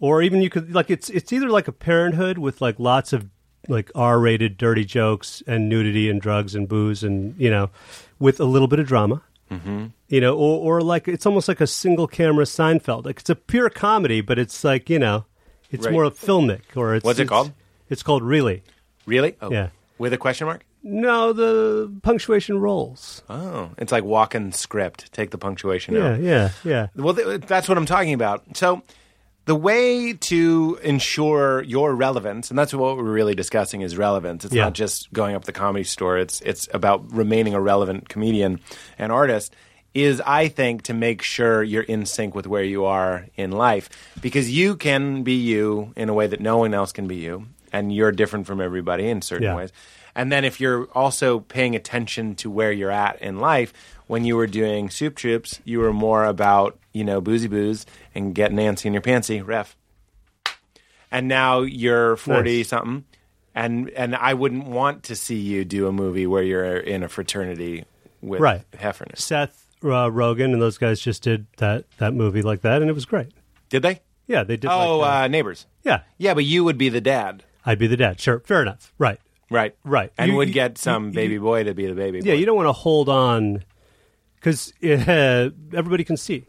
S6: or even you could like it's it's either like a Parenthood with like lots of like R-rated dirty jokes and nudity and drugs and booze and you know with a little bit of drama.
S5: Mm-hmm.
S6: You know, or, or like it's almost like a single camera Seinfeld. Like it's a pure comedy, but it's like you know, it's
S5: Right.
S6: more filmic. Or it's
S5: What's it
S6: it's-
S5: called?
S6: It's called really.
S5: Really? Oh.
S6: Yeah.
S5: With a question mark?
S6: No, the punctuation rolls.
S5: Oh, it's like walk and script. Take the punctuation
S6: Yeah,
S5: out.
S6: yeah, yeah.
S5: Well, th- that's what I'm talking about. So, the way to ensure your relevance, and that's what we're really discussing is relevance. It's
S6: Yeah.
S5: not just going up to the comedy store. It's it's about remaining a relevant comedian and artist. Is I think to make sure you're in sync with where you are in life because you can be you in a way that no one else can be you, and you're different from everybody in certain
S6: Yeah.
S5: ways. And then if you're also paying attention to where you're at in life, when you were doing soup trips, you were more about, you know, boozy booze and get Nancy in your pantsy, ref. And now you're 40
S6: Nice.
S5: something. And and I wouldn't want to see you do a movie where you're in a fraternity with
S6: Right.
S5: Heffernan.
S6: Seth uh, Rogen and those guys just did that that movie like that, and it was great.
S5: Did they?
S6: Yeah, they did.
S5: oh,
S6: like that.
S5: uh, neighbors.
S6: yeah.
S5: Yeah, but you would be the dad.
S6: I'd be the dad. Sure, fair enough. Right.
S5: Right.
S6: Right.
S5: And
S6: You-
S5: would
S6: you-
S5: get some
S6: you-
S5: baby boy to be the baby boy.
S6: Yeah, you don't want to hold on because uh, everybody can see.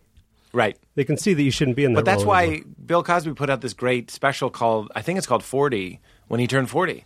S5: Right.
S6: They can see that you shouldn't be in that.
S5: But that's
S6: role
S5: why
S6: anymore.
S5: Bill Cosby put out this great special called I think it's called Forty when he turned forty,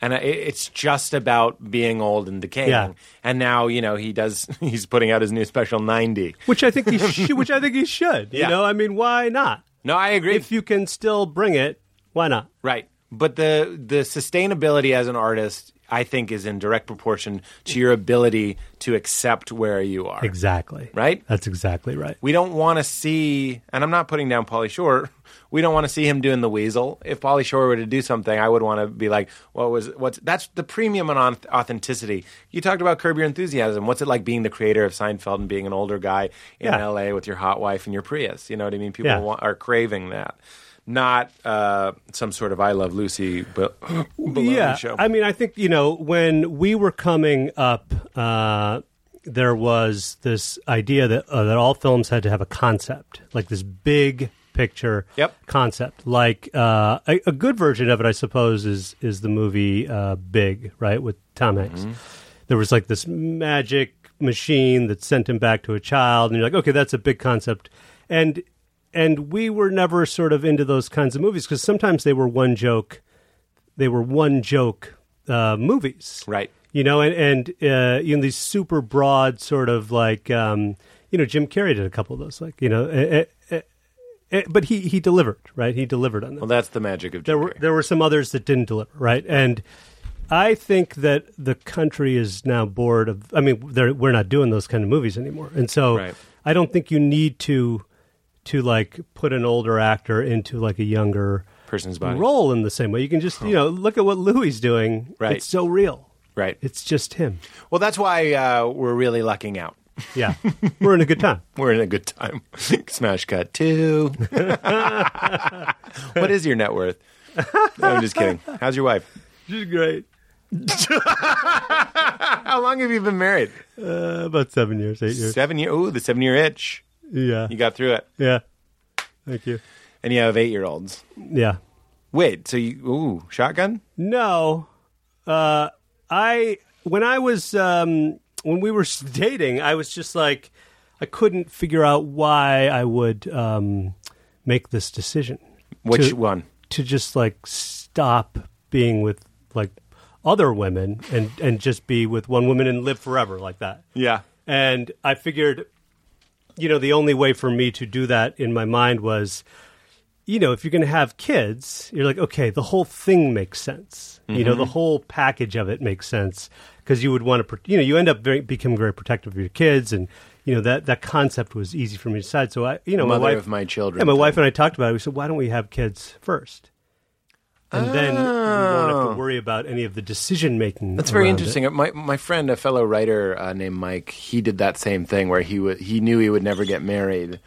S5: and uh, it, it's just about being old and decaying.
S6: Yeah.
S5: And now you know he does. He's putting out his new special ninety.
S6: Which I think he should. Which I think he should. You
S5: Yeah.
S6: know, I mean, why not?
S5: No, I agree.
S6: If you can still bring it, why not?
S5: Right. But the the sustainability as an artist, I think, is in direct proportion to your ability to accept where you are.
S6: Exactly.
S5: Right?
S6: That's exactly right.
S5: We don't want to see, and I'm not putting down Pauly Shore. We don't want to see him doing the weasel. If Pauly Shore were to do something, I would want to be like, "What was? What's that's the premium on auth- authenticity." You talked about Curb Your Enthusiasm. What's it like being the creator of Seinfeld and being an older guy in
S6: Yeah.
S5: L.A. with your hot wife and your Prius? You know what I mean? People
S6: Yeah.
S5: want, are craving that, not uh, some sort of "I Love Lucy" but baloney
S6: yeah,
S5: show.
S6: I mean, I think you know when we were coming up, uh, there was this idea that uh, that all films had to have a concept, like this big picture
S5: Yep.
S6: concept. Like uh, a, a good version of it, I suppose, is is the movie uh, Big, right, with Tom Hanks.
S5: Mm-hmm.
S6: There was like this magic machine that sent him back to a child, and you're like, okay, that's a big concept, and and we were never sort of into those kinds of movies because sometimes they were one joke they were one joke uh, movies,
S5: Right.
S6: You know, and and uh, you know these super broad sort of like um, you know, Jim Carrey did a couple of those. Like, you know, eh, eh, eh, eh, but he he delivered, right? He delivered on them.
S5: Well, that's the magic of
S6: there
S5: Jim
S6: were
S5: Carrey.
S6: there were some others that didn't deliver, right? And I think that the country is now bored of. I mean, they're, we're not doing those kind of movies anymore, and so
S5: Right.
S6: I don't think you need to to like put an older actor into like a younger
S5: Person's body.
S6: role in the same way. You can just you know look at what Louis doing.
S5: Right.
S6: It's so real.
S5: Right.
S6: It's just him.
S5: Well, that's why uh, we're really lucking out.
S6: Yeah, we're in a good time.
S5: We're in a good time. Smash cut two. what is your net worth? No, I'm just kidding. How's your wife?
S6: She's great.
S5: How long have you been married?
S6: Uh, about seven years, eight years.
S5: Seven year. Ooh, the seven year itch.
S6: Yeah,
S5: You got through it,
S6: yeah. Thank you.
S5: and you have eight year olds.
S6: Yeah.
S5: Wait, so you ooh shotgun?
S6: No, uh, I when I was um, when we were dating, I was just like I couldn't figure out why I would um, make this decision
S5: Which
S6: to,
S5: one?
S6: to just like stop being with like other women and and just be with one woman and live forever like that.
S5: Yeah.
S6: And I figured, you know, the only way for me to do that in my mind was, you know, if you're going to have kids, you're like, okay, the whole thing makes sense. You know, the
S5: Mm-hmm.
S6: whole package of it makes sense because you would want to, you know, you end up very, becoming very protective of your kids. And, you know, that, that concept was easy for me to decide. So I, you know,
S5: Mother
S6: my wife,
S5: of my children.
S6: yeah, my wife and I talked about it. We said, why don't we have kids first? And then we won't have to worry about any of the decision making.
S5: Oh. That's very interesting. My my friend, a fellow writer uh, named Mike, he did that same thing where he wa he knew he would never get married,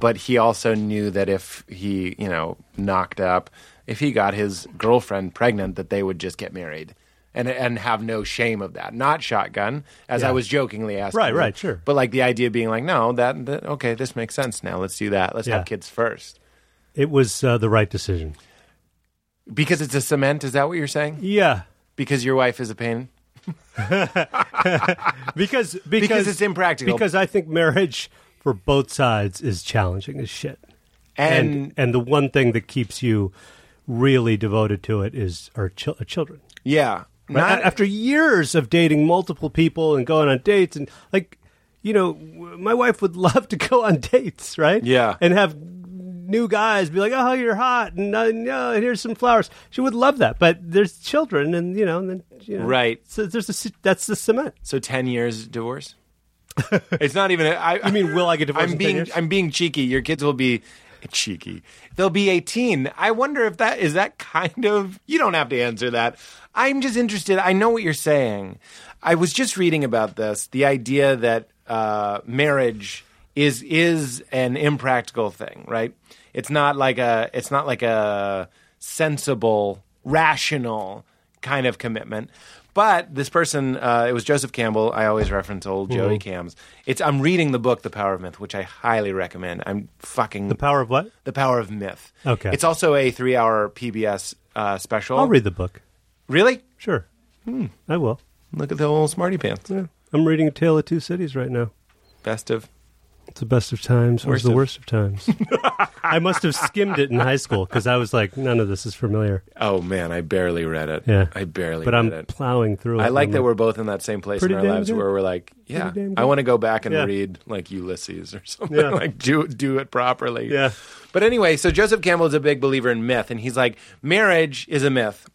S5: but he also knew that if he you know knocked up, if he got his girlfriend pregnant, that they would just get married. And, and have no shame of that. Not shotgun, as I was jokingly asking.
S6: Right,
S5: you.
S6: right, sure.
S5: But like the idea being like, no, that, that okay, this makes sense now. Let's do that. Let's
S6: Yeah.
S5: have kids first
S6: It was uh, the right decision.
S5: because it's a cement. Is that what you're saying?
S6: Yeah,
S5: Because your wife is a pain.
S6: because because,
S5: it's impractical.
S6: Because I think marriage for both sides is challenging as shit. and and the one thing that keeps you really devoted to it is our chil- are children.
S5: yeah,
S6: Right? A- After years of dating multiple people and going on dates and like, you know, w- my wife would love to go on dates, right?
S5: Yeah.
S6: and have new guys be like, "Oh, you're hot," and uh, no, here's some flowers. She would love that, but there's children, and you know, and then you know,
S5: Right.
S6: So there's a s- that's the cement.
S5: So ten years divorce. it's not even. A, I, I
S6: You mean, will I get divorced
S5: I'm
S6: in 10
S5: being.
S6: years?
S5: I'm being cheeky. Your kids will be cheeky. They'll be 18. I wonder if that is that kind of. You don't have to answer that. I'm just interested. I know what you're saying. I was just reading about this. The idea that uh, marriage is is an impractical thing, right? It's not like a. It's not like a sensible, rational kind of commitment. But this person, uh, it was Joseph Campbell. I always reference old Joey
S6: Mm-hmm.
S5: Cams. It's I'm reading the book The Power of Myth, which I highly recommend. I'm fucking the
S6: Power of what?
S5: the power of myth.
S6: Okay.
S5: it's also a three hour PBS uh, special.
S6: I'll read the book.
S5: Really?
S6: Sure. I will.
S5: Look at the old smarty pants.
S6: Hmm. I'm reading A Tale of Two Cities right now.
S5: Best of.
S6: It's the best of times. was
S5: Worst
S6: the
S5: of-
S6: worst of times. I must have skimmed it in high school because I was like, none of this is familiar.
S5: Oh man, I barely read it.
S6: Yeah.
S5: I barely.
S6: But
S5: read
S6: I'm
S5: it.
S6: plowing through it.
S5: I like
S6: I'm
S5: that we're both in that same place in
S6: Pretty
S5: our
S6: damn
S5: lives
S6: good.
S5: where we're like, yeah,
S6: Pretty damn
S5: I
S6: good.
S5: want to go back and
S6: Yeah.
S5: read like Ulysses or something.
S6: Yeah.
S5: like do do it properly.
S6: Yeah.
S5: But anyway, so Joseph Campbell is a big believer in myth, and he's like, marriage is a myth.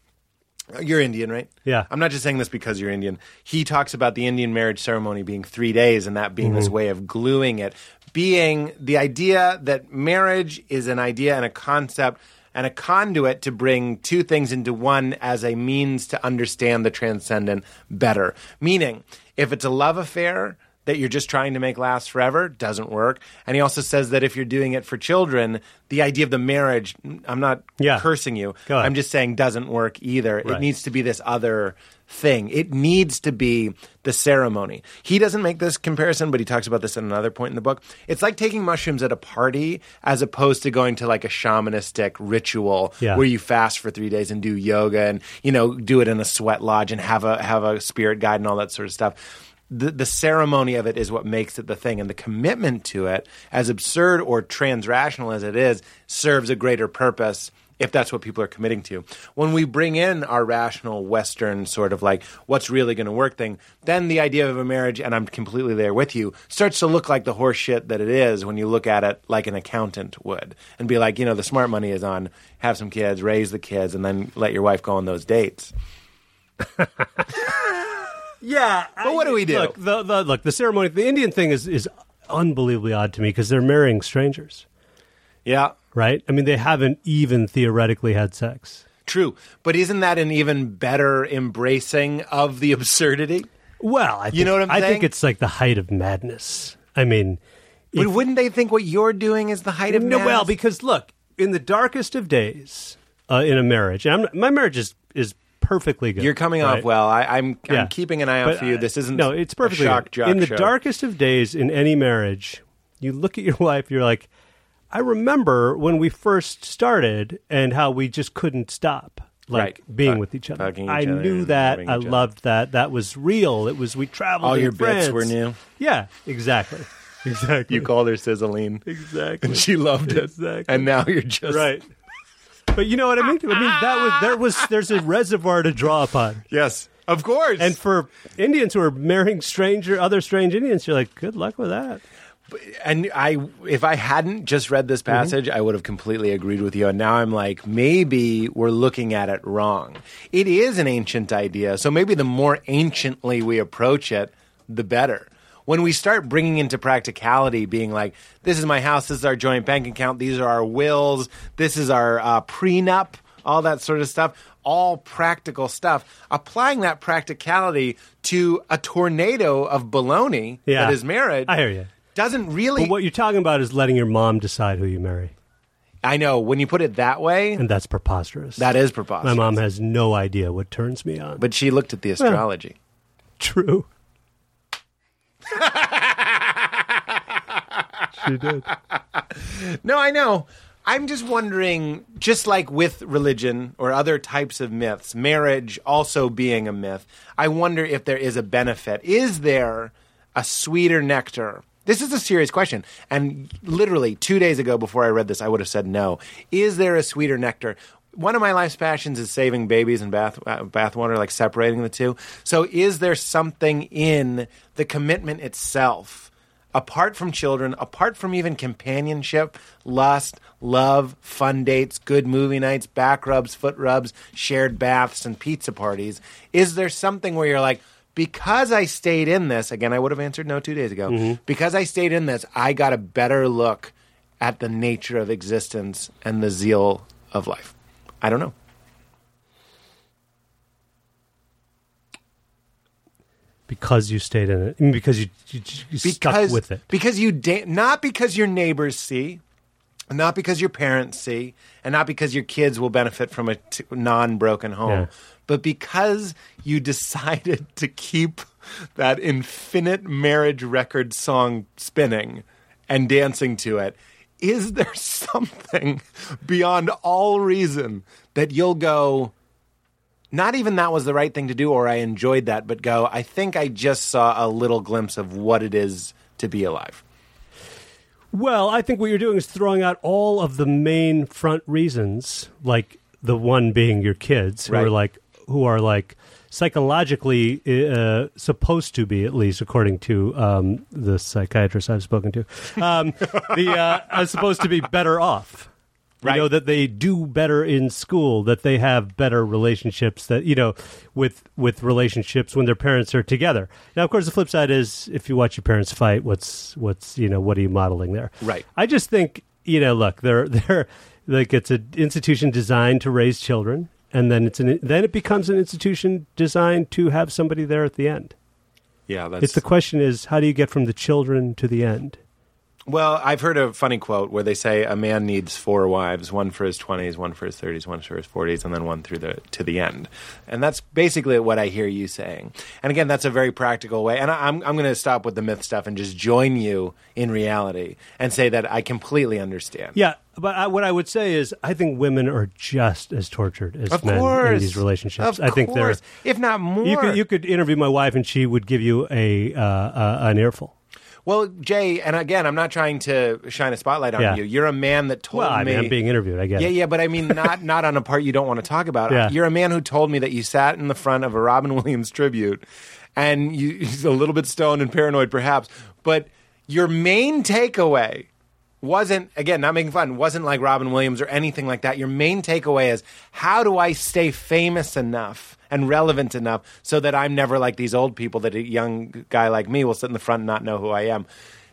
S5: You're Indian, right?
S6: Yeah.
S5: I'm not just saying this because you're Indian. He talks about the Indian marriage ceremony being three days and that being this
S6: Mm-hmm.
S5: way of gluing it, being the idea that marriage is an idea and a concept and a conduit to bring two things into one as a means to understand the transcendent better. Meaning, if it's a love affair, that you're just trying to make last forever doesn't work. And he also says that if you're doing it for children, the idea of the marriage, I'm not
S6: Yeah.
S5: cursing you.
S6: Go ahead.
S5: I'm just saying doesn't work either. It
S6: Right.
S5: needs to be this other thing. It needs to be the ceremony. He doesn't make this comparison, but he talks about this at another point in the book. It's like taking mushrooms at a party as opposed to going to like a shamanistic ritual
S6: Yeah.
S5: where you fast for three days and do yoga and you know do it in a sweat lodge and have a have a spirit guide and all that sort of stuff. The, the ceremony of it is what makes it the thing, and the commitment to it, as absurd or trans rational as it is, serves a greater purpose if that's what people are committing to. When we bring in our rational Western sort of like what's really going to work thing, then the idea of a marriage, and I'm completely there with you, starts to look like the horse shit that it is when you look at it like an accountant would and be like, you know, the smart money is on have some kids, raise the kids, and then let your wife go on those dates.
S6: Yeah.
S5: But what do we do?
S6: Look, the, the, look, the ceremony, the Indian thing is, is unbelievably odd to me because they're marrying strangers,
S5: yeah.
S6: right? I mean, they haven't even theoretically had sex.
S5: True. But isn't that an even better embracing of the absurdity?
S6: Well, I think,
S5: know what I'm
S6: I think
S5: saying?
S6: it's like the height of madness. I mean,
S5: But wouldn't they think what you're doing is the height of
S6: no,
S5: madness?
S6: well, because look, in the darkest of days uh, in a marriage, and I'm, my marriage is, is perfectly good.
S5: You're coming
S6: right?
S5: off well. I, I'm,
S6: Yeah.
S5: I'm keeping an eye out
S6: But,
S5: for you.
S6: uh,
S5: This isn't
S6: no, it's perfectly
S5: a shock
S6: good.
S5: jock
S6: in the
S5: show.
S6: darkest of days in any marriage. You look at your wife, you're like, I remember when we first started and how we just couldn't stop, like
S5: Right.
S6: being
S5: Fuck-
S6: with each other.
S5: fucking each
S6: I
S5: other
S6: knew
S5: and
S6: that.
S5: loving
S6: I
S5: each other.
S6: loved that. That was real. It was we traveled.
S5: All
S6: in
S5: your bits
S6: France.
S5: were new.
S6: Yeah, exactly, exactly.
S5: You called her Sizzling.
S6: exactly.
S5: And she loved it.
S6: Exactly.
S5: And now you're just
S6: right. But you know what I mean? I mean that was there was there's a reservoir to draw upon.
S5: Yes, of course.
S6: And for Indians who are marrying stranger other strange Indians, you're like, good luck with that.
S5: and I, if I hadn't just read this
S6: Mm-hmm.
S5: passage, I would have completely agreed with you. And now I'm like, maybe we're looking at it wrong. It is an ancient idea, so maybe the more anciently we approach it, the better. When we start bringing into practicality, being like, "This is my house. This is our joint bank account. These are our wills. This is our uh, prenup." All that sort of stuff. All practical stuff. Applying that practicality to a tornado of baloney
S6: Yeah.
S5: that is marriage.
S6: I hear you.
S5: Doesn't really.
S6: But what you're talking about is letting your mom decide who you marry,
S5: I know when you put it that way,
S6: and that's preposterous.
S5: that is preposterous.
S6: my mom has no idea what turns me on.
S5: but she looked at the astrology.
S6: true, she did.
S5: No, I know. I'm just wondering, just like with religion or other types of myths, marriage also being a myth, I wonder if there is a benefit. Is there a sweeter nectar? This is a serious question. And literally two days ago, before I read this, I would have said no. Is there a sweeter nectar? One of my life's passions is saving babies and bath uh, bathwater, like separating the two. So, is there something in the commitment itself apart from children, apart from even companionship, lust, love, fun dates, good movie nights, back rubs, foot rubs, shared baths, and pizza parties, is there something where you're like, because I stayed in this, again, I would have answered no two days ago,
S6: Mm-hmm.
S5: because I stayed in this, I got a better look at the nature of existence and the zeal of life. I don't know.
S6: Because you stayed in it, I mean, because you, you, you stuck with it.
S5: Because you da- not because your neighbors see, not because your parents see, and not because your kids will benefit from a t- non-broken home,
S6: Yeah.
S5: but because you decided to keep that infinite marriage record song spinning and dancing to it. Is there something beyond all reason that you'll go? not even that was the right thing to do or I enjoyed that, but go, I think I just saw a little glimpse of what it is to be alive.
S6: Well, I think what you're doing is throwing out all of the main front reasons, like the one being your kids, who are
S5: Right.
S6: like who are like psychologically uh, supposed to be, at least according to um, the psychiatrist I've spoken to, um, the uh, are supposed to be better off.
S5: Right.
S6: You know that they do better in school, that they have better relationships, that you know, with with relationships when their parents are together. Now, of course, the flip side is if you watch your parents fight, what's what's you know what are you modeling there?
S5: Right.
S6: I just think you know, look, they're they're like it's an institution designed to raise children, and then it's an then it becomes an institution designed to have somebody there at the end.
S5: Yeah, that's
S6: It's the question is how do you get from the children to the end?
S5: Well, I've heard a funny quote where they say a man needs four wives, one for his 20s, one for his 30s, one for his 40s, and then one through the to the end. And that's basically what I hear you saying. And again, that's a very practical way. And I, I'm I'm going to stop with the myth stuff and just join you in reality and say that I completely understand.
S6: Yeah, but I, what I would say is, I think women are just as tortured as
S5: Of
S6: men in
S5: course.
S6: these relationships.
S5: Of
S6: I think
S5: course.
S6: they're
S5: if not more.
S6: You could you could interview my wife, and she would give you a uh, uh, an earful.
S5: Well, Jay, and again, I'm not trying to shine a spotlight on
S6: Yeah.
S5: you. You're a man that told
S6: Well, I
S5: me
S6: mean, I'm being interviewed. I get
S5: yeah,
S6: it.
S5: yeah, but I mean, not not on a part you don't want to talk about.
S6: Yeah.
S5: You're a man who told me that you sat in the front of a Robin Williams tribute, and you he's a little bit stoned and paranoid, perhaps. But your main takeaway wasn't again not making fun. Wasn't like Robin Williams or anything like that. Your main takeaway is how do I stay famous enough and relevant enough so that I'm never like these old people that a young guy like me will sit in the front and not know who I am.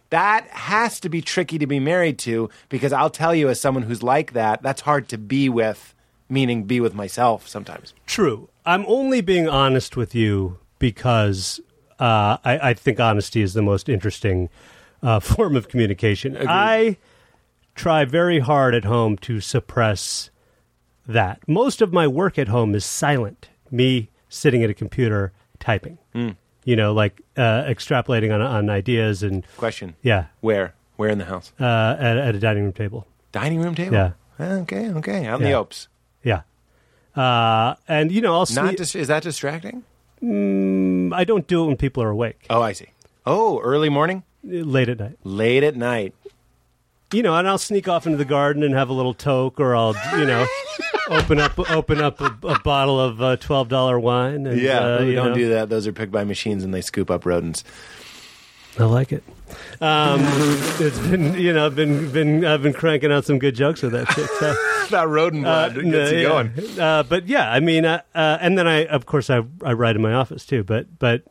S5: That has to be tricky to be married to because I'll tell you, as someone who's like that, that's hard to be with, meaning be with myself sometimes.
S6: True. I'm only being honest with you because uh, I, I think honesty is the most interesting uh, form of communication. I try very hard at home to suppress that. Most of my work at home is silent, me sitting at a computer typing,
S5: Mm.
S6: you know, like uh, extrapolating on, on ideas and,
S5: Question.
S6: yeah,
S5: Where? Where in the house?
S6: uh, at, at a dining room table.
S5: Dining room table? Ah,
S6: Yeah.
S5: Okay, okay. Out in the
S6: Yeah.
S5: opes.
S6: Yeah. Uh, and, you know, I'll
S5: Not
S6: sleep.
S5: dis- is that distracting?
S6: I don't do it when people are awake,
S5: Oh, I see. Oh, early morning?
S6: late at night.
S5: Late at night.
S6: you know, and I'll sneak off into the garden and have a little toke, or I'll, you know, open up open up a, a bottle of uh, twelve dollar wine. And, uh,
S5: Ooh,
S6: you
S5: don't
S6: know.
S5: do that. Those are picked by machines and they scoop up rodents.
S6: I like it. Um, it's been, you know, I've been been I've been cranking out some good jokes with that shit. So.
S5: that rodent blood
S6: Uh, no, yeah. Uh, but yeah, I mean, uh, uh, and then I, of course, I I write in my office too. But but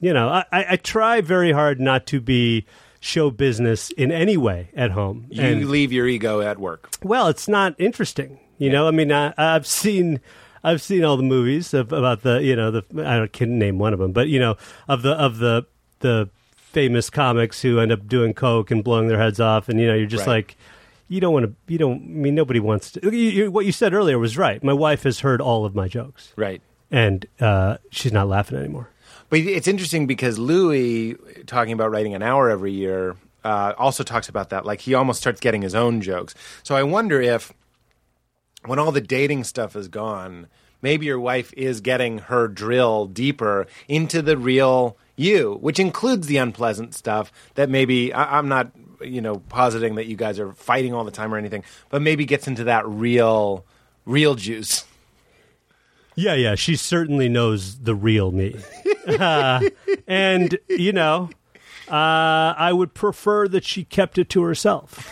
S6: you know, I, I I try very hard not to be show business in any way at home.
S5: You
S6: And-
S5: leave your ego at work.
S6: well, it's not interesting. You know, I mean, I, I've seen. I've seen all the movies of, about the you know the I don't can name one of them, but you know of the of the the famous comics who end up doing coke and blowing their heads off, and you know you're just
S5: Right.
S6: like you don't want to you don't I mean nobody wants to. You, you, what you said earlier was right. My wife has heard all of my jokes,
S5: Right.
S6: and uh, she's not laughing anymore.
S5: But it's interesting because Louis, talking about writing an hour every year, uh, also talks about that. Like he almost starts getting his own jokes. So I wonder if, when all the dating stuff is gone, maybe your wife is getting her drill deeper into the real you, which includes the unpleasant stuff that maybe I, I'm not, you know, positing that you guys are fighting all the time or anything, but maybe gets into that real, real juice.
S6: Yeah, yeah, she certainly knows the real me. Uh, and, you know, uh, I would prefer that she kept it to herself.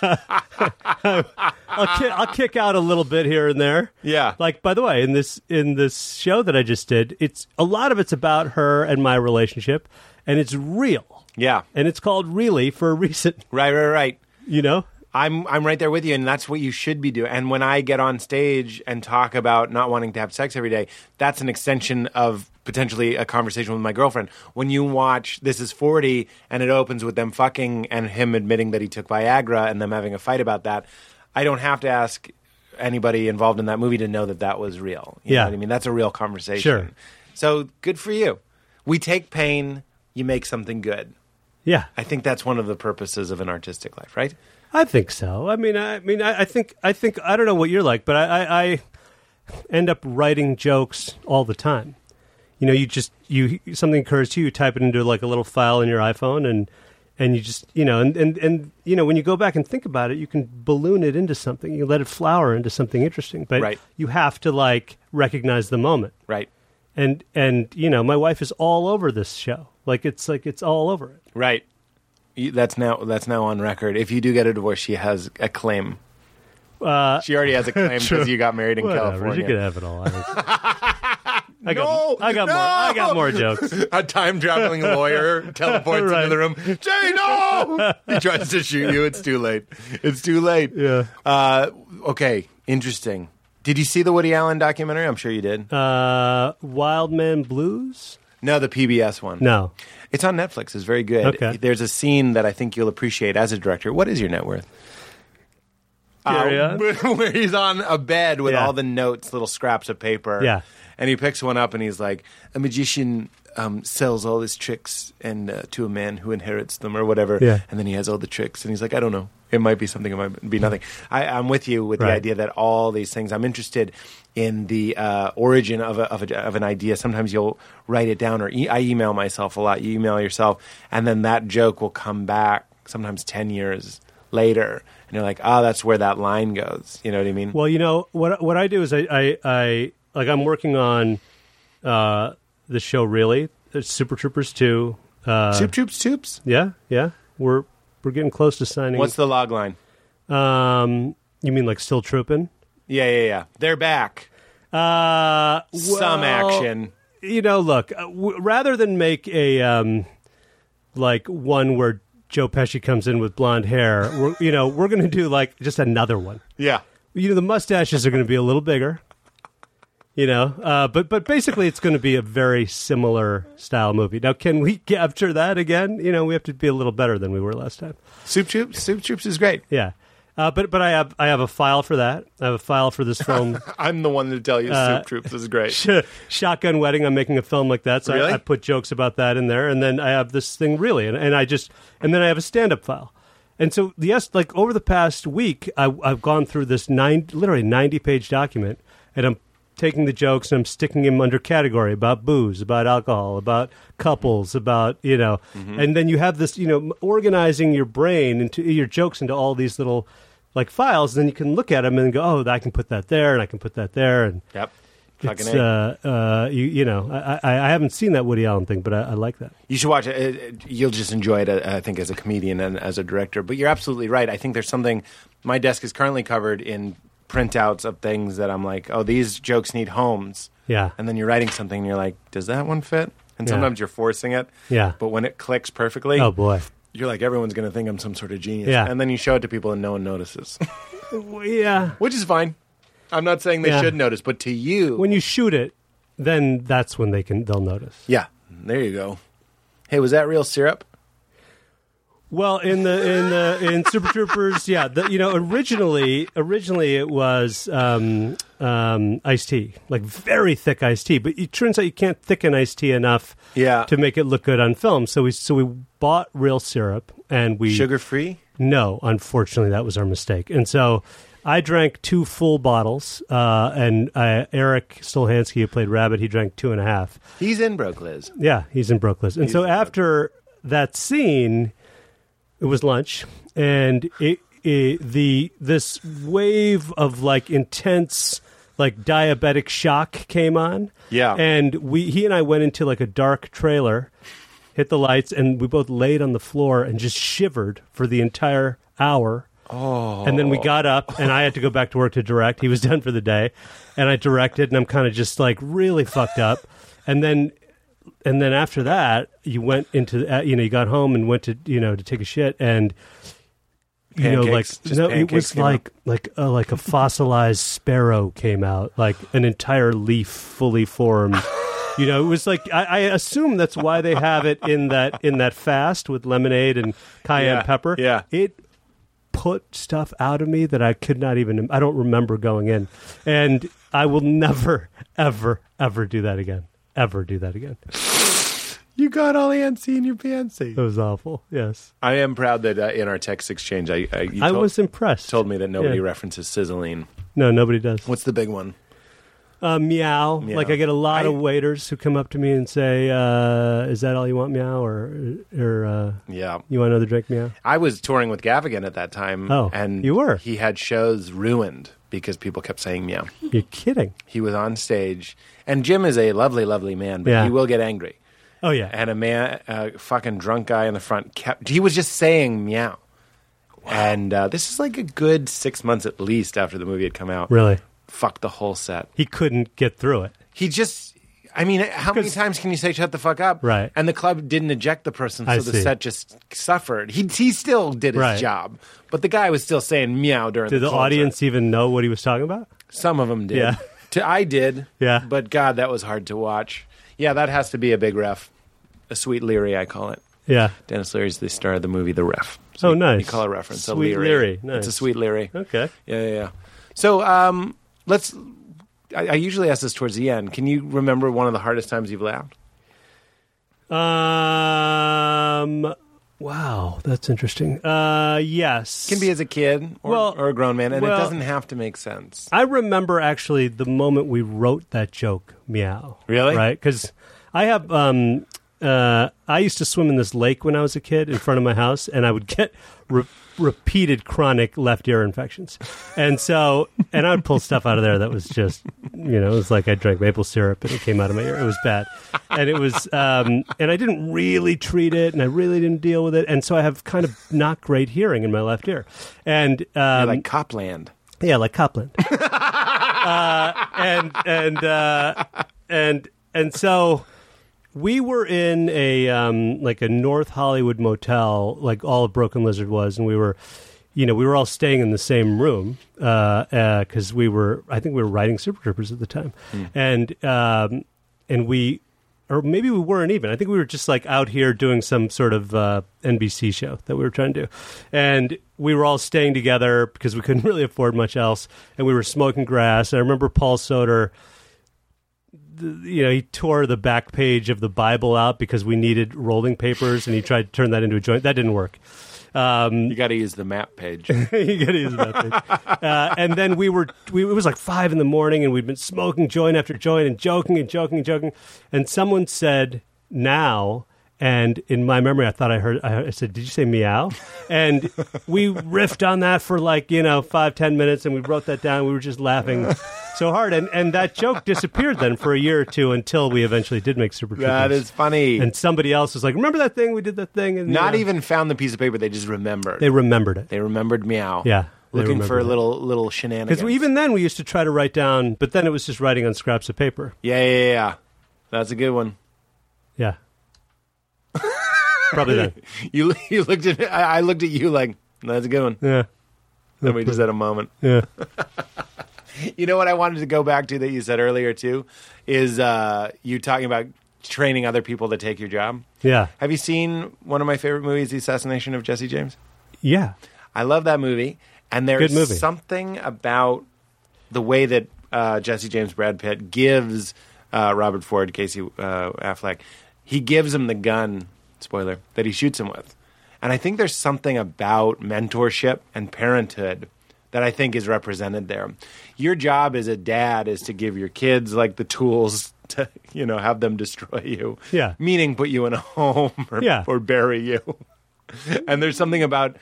S6: I'll, ki- I'll kick out a little bit here and there.
S5: Yeah.
S6: Like by the way, in this in this show that I just did, it's a lot of it's about her and my relationship and it's real.
S5: Yeah.
S6: And it's called really for a reason,
S5: Right, right, right.
S6: you know?
S5: I'm I'm right there with you, and that's what you should be doing. And when I get on stage and talk about not wanting to have sex every day, that's an extension of potentially a conversation with my girlfriend. When you watch This Is Forty and it opens with them fucking and him admitting that he took Viagra and them having a fight about that, I don't have to ask anybody involved in that movie to know that that was real. You know
S6: Yeah.
S5: what I mean that's a real conversation.
S6: Sure.
S5: So good for you. We take pain, you make something good.
S6: Yeah.
S5: I think that's one of the purposes of an artistic life, right?
S6: I think so. I mean, I, I mean, I, I think, I think, I don't know what you're like, but I, I, I end up writing jokes all the time. You know, you just you something occurs to you, you type it into like a little file in your iPhone, and and you just you know, and and and you know, when you go back and think about it, you can balloon it into something. You let it flower into something interesting, but
S5: Right.
S6: you have to like recognize the moment.
S5: Right.
S6: And and you know, my wife is all over this show. Like it's like it's all over it.
S5: Right. You- That's now that's now on record. If you do get a divorce, she has a claim. she already has a claim because you got married in
S6: Uh, Whatever,
S5: California.
S6: you could have it all. I don't I got,
S5: No,
S6: I got more. I
S5: no.
S6: got more jokes.
S5: a time traveling lawyer teleports
S6: Right.
S5: into the room. Jay, no! he tries to shoot you. It's too late. It's too late.
S6: Yeah.
S5: Uh, okay. Interesting. Did you see the Woody Allen documentary? I'm sure you did.
S6: Uh, Wild Man Blues?
S5: no, the PBS one.
S6: No,
S5: It's on Netflix. It's very good.
S6: Okay.
S5: There's a scene that I think you'll appreciate as a director. What is your net worth?
S6: Carry on.
S5: where he's on a bed with
S6: Yeah.
S5: all the notes, little scraps of paper.
S6: Yeah.
S5: And he picks one up and he's like, a magician um, sells all his tricks and uh, to a man who inherits them or whatever.
S6: Yeah.
S5: And then he has all the tricks and he's like, I don't know. It might be something. It might be nothing. I, I'm with you with the
S6: Right.
S5: idea that all these things. I'm interested in the uh, origin of, a, of, a, of an idea. Sometimes you'll write it down, or e- I email myself a lot. You email yourself, and then that joke will come back. Sometimes ten years later, and you're like, "Ah, that's where that line goes." You know what I mean?
S6: Well, you know what what I do is I I, I like I'm working on uh, the show really It's Super Troopers two. Uh,
S5: Soup troops, soups.
S6: yeah, yeah, we're we're getting close to signing.
S5: What's the log line?
S6: um, you mean like still trooping?
S5: Yeah, yeah, yeah. They're back.
S6: Uh,
S5: Some
S6: well,
S5: action.
S6: You know, look, uh, w- rather than make a um, like one where Joe Pesci comes in with blonde hair, we're, you know, we're going to do like just another one.
S5: Yeah.
S6: you know the mustaches are going to be a little bigger you know uh, but but basically it's going to be a very similar style movie now can we capture that again you know we have to be a little better than we were last time
S5: Soup troops. Soup troops is great.
S6: yeah uh, but but i have i have a file for that i have a file for this film
S5: I'm the one to tell you
S6: Uh,
S5: soup troops is great.
S6: shotgun wedding i'm making a film like that so
S5: Really?
S6: I, I put jokes about that in there and then i have this thing really and, and i just and then i have a stand-up file and so yes like over the past week I, i've gone through this nine literally 90 page document and i'm taking the jokes and i'm sticking them under category about booze about alcohol about couples about you know and then you have this you know organizing your brain into your jokes into all these little like files then you can look at them and go oh i can put that there and i can put that there and
S5: Yep. Fucking
S6: it's,
S5: A.
S6: uh, uh, you, you know, I, I, I haven't seen that Woody Allen thing, but I, I like that.
S5: You should watch it. It- it- You'll just enjoy it, uh, I think, as a comedian and as a director. But you're absolutely right. I think there's something. My desk is currently covered in printouts of things that I'm like, oh, these jokes need homes.
S6: Yeah.
S5: And then you're writing something and you're like, does that one fit? And
S6: Yeah.
S5: sometimes you're forcing it.
S6: Yeah.
S5: But when it clicks perfectly,
S6: Oh boy,
S5: you're like, everyone's going to think I'm some sort of genius.
S6: Yeah.
S5: And then you show it to people and no one notices,
S6: yeah.
S5: which is fine. I'm not saying they
S6: Yeah.
S5: should notice, but to you,
S6: When you shoot it, then that's when they can they'll notice.
S5: yeah, there you go. Hey, was that real syrup?
S6: Well, in the in the in Super Troopers, yeah, the, you know, originally originally it was um, um, iced tea, like very thick iced tea. But it turns out you can't thicken iced tea enough,
S5: Yeah.
S6: to make it look good on film. So we so we bought real syrup and we
S5: Sugar free?
S6: No, unfortunately, that was our mistake. And so I drank two full bottles, uh, and uh, Eric Stolhansky, who played Rabbit, he drank two and a half.
S5: He's in Brooklyn's.
S6: Yeah, he's in Brooklyn. And so after that scene, it was lunch, and it, it the this wave of like intense like diabetic shock came on.
S5: Yeah.
S6: and we he and I went into like a dark trailer, hit the lights, and we both laid on the floor and just shivered for the entire hour. Oh. And then we got up, and I had to go back to work to direct. He was done for the day, and I directed, and I'm kind of just like really fucked up. And then and then after that, you went into uh, you know you got home and went to you know to take a shit and you know like
S5: Pancakes, just
S6: no it
S5: pancakes
S6: was
S5: came
S6: like like a, like a fossilized sparrow came out like an entire leaf fully formed. You know, it was like I, I assume that's why they have it in that in that fast with lemonade and cayenne
S5: Yeah,
S6: pepper.
S5: yeah.
S6: it put stuff out of me that I could not even I don't remember going in, and I will never ever ever do that again. Ever do that again.
S5: You got all antsy in your pantsy.
S6: It was awful. Yes,
S5: I am proud that uh, in our text exchange, I, I, you
S6: I
S5: told,
S6: was impressed.
S5: told me that nobody
S6: Yeah.
S5: references sizzling.
S6: No, nobody does.
S5: What's the big one?
S6: Uh, meow.
S5: Meow.
S6: Like I get a lot
S5: I-
S6: of waiters who come up to me and say, uh, "Is that all you want, meow?" Or, or uh,
S5: Yeah.
S6: you want another drink, meow?
S5: I was touring with Gavigan at that time.
S6: Oh,
S5: and
S6: you were?
S5: He had shows ruined because people kept saying meow.
S6: You're kidding.
S5: He was on stage, and Jim is a lovely, lovely man, but
S6: Yeah.
S5: he will get angry.
S6: Oh yeah.
S5: And a man, a fucking drunk guy in the front, kept. He was just saying meow. And uh, this is like a good six months at least after the movie had come out.
S6: really,
S5: Fucked the whole set.
S6: he couldn't get through it.
S5: He just. I mean, how many
S6: 'Cause-
S5: times can you say "shut the fuck up"?
S6: Right.
S5: And the club didn't eject the person, so
S6: I
S5: the
S6: see.
S5: set just suffered. He he still did his
S6: Right.
S5: job, but the guy was still saying meow during
S6: Did
S5: the,
S6: the
S5: concert.
S6: audience even know what he was talking about?
S5: Some of them did.
S6: Yeah.
S5: To, I did.
S6: Yeah.
S5: But God, that was hard to watch. Yeah, that has to be a big ref, a sweet Leary, I call it.
S6: Yeah.
S5: Dennis Leary's the star of the movie The Ref.
S6: Oh,
S5: you-
S6: nice.
S5: You call it reference a
S6: Sweet
S5: Leary.
S6: Leary,
S5: It's a
S6: nice.
S5: sweet Leary.
S6: Okay.
S5: Yeah, yeah, yeah. So um, let's. I, I usually ask this towards the end. Can you remember one of the hardest times you've laughed?
S6: Um. Wow. that's interesting. Uh, yes,
S5: Can be as a kid or,
S6: Well,
S5: or a grown man, and it
S6: well-
S5: doesn't have to make sense.
S6: I remember actually the moment we wrote that joke, meow.
S5: Really?
S6: Right? Because I have, um, uh, I used to swim in this lake when I was a kid in front of my house, and I would get re- repeated chronic left ear infections. And so, and I would pull stuff out of there that was just, you know, it was like I drank maple syrup and it came out of my ear. It was bad. And it was, um, and I didn't really treat it and I really didn't deal with it. And so I have kind of not great hearing in my left ear. And, um,
S5: like Copland.
S6: yeah, like Copland. uh, and and uh, and and so we were in a um, like a North Hollywood motel, like all of Broken Lizard was, and we were, you know, we were all staying in the same room because uh 'cause we were, I think we were writing Super Troopers at the time, and um, and we. Or maybe we weren't even. I think we were just like out here doing some sort of uh, NBC show that we were trying to do, and we were all staying together because we couldn't really afford much else, and we were smoking grass. And I remember Paul Soder you know, he tore the back page of the Bible out because we needed rolling papers, and he tried to turn that into a joint. That didn't work.
S5: You got to use the map page.
S6: You gotta use that thing. Uh, and then we were, we, it was like five in the morning, and we'd been smoking joint after joint and joking and joking and joking. And someone said, now. And in my memory, I thought I heard, I heard- I said, Did you say meow? And we riffed on that for like, you know, five, ten minutes, and we wrote that down. We were just laughing so hard. And, and that joke disappeared then for a year or two until we eventually did make Super Troopers.
S5: that is funny.
S6: And somebody else was like, Remember that thing? We did that thing. And,
S5: Not
S6: you know,
S5: even found the piece of paper. They just remembered.
S6: They remembered it.
S5: They remembered meow.
S6: Yeah, they
S5: looking for
S6: remembered that.
S5: little little shenanigans.
S6: Because even then we used to try to write down, but then it was just writing on scraps of paper.
S5: yeah, yeah, yeah, yeah. That's a good one.
S6: Yeah. Probably then.
S5: You you looked at I, I looked at you like that's a good one.
S6: Yeah.
S5: Then we just had a moment.
S6: Yeah.
S5: You know what I wanted to go back to that you said earlier too is uh, you talking about training other people to take your job.
S6: Yeah.
S5: Have you seen one of my favorite movies, The Assassination of Jesse James?
S6: Yeah.
S5: I love that movie, and there's
S6: Good movie.
S5: something about the way that uh, Jesse James Brad Pitt gives uh, Robert Ford, Casey uh, Affleck, he gives him the gun. Spoiler that he shoots him with, and I think there's something about mentorship and parenthood that I think is represented there. Your job as a dad is to give your kids like the tools to you know have them destroy you.
S6: Yeah.
S5: meaning put you in a home or,
S6: Yeah.
S5: or bury you and there's something about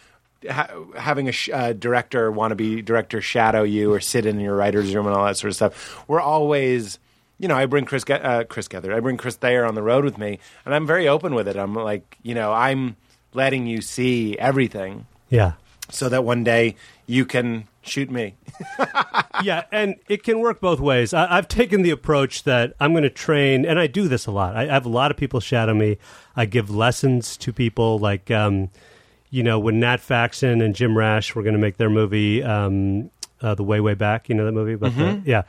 S5: ha- having a sh- uh, director wannabe director shadow you or sit in your writer's room and all that sort of stuff. We're always, you know, I bring Chris, Ge- uh, Chris Gether, I bring Chris Thayer on the road with me, and I'm very open with it. I'm like, you know, I'm letting you see everything
S6: Yeah.
S5: so that one day you can shoot me.
S6: Yeah. And it can work both ways. I, I've taken the approach that I'm going to train, and I do this a lot. I, I have a lot of people shadow me. I give lessons to people, like, um, you know, when Nat Faxon and Jim Rash were going to make their movie, um, uh, The Way Way Back. You know that movie about the yeah.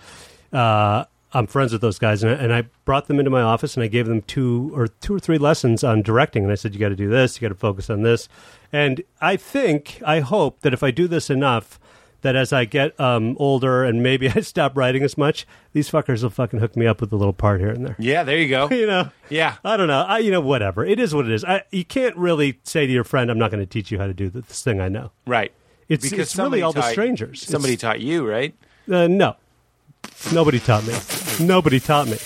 S6: Uh, I'm friends with those guys, and I, and I brought them into my office and I gave them two or two or three lessons on directing, and I said, "You got to do this. You got to focus on this." And I think, I hope that if I do this enough, that as I get um, older and maybe I stop writing as much, these fuckers will fucking hook me up with a little part here and there.
S5: Yeah, there you go.
S6: You know.
S5: Yeah.
S6: I don't know. I, you know, whatever. It is what it is. I, you can't really say to your friend, "I'm not going to teach you how to do this thing I know."
S5: Right.
S6: It's- it's really
S5: somebody
S6: all the
S5: taught-
S6: strangers.
S5: Somebody
S6: It's-
S5: taught you, right?
S6: Uh, no, nobody taught me. Nobody taught me.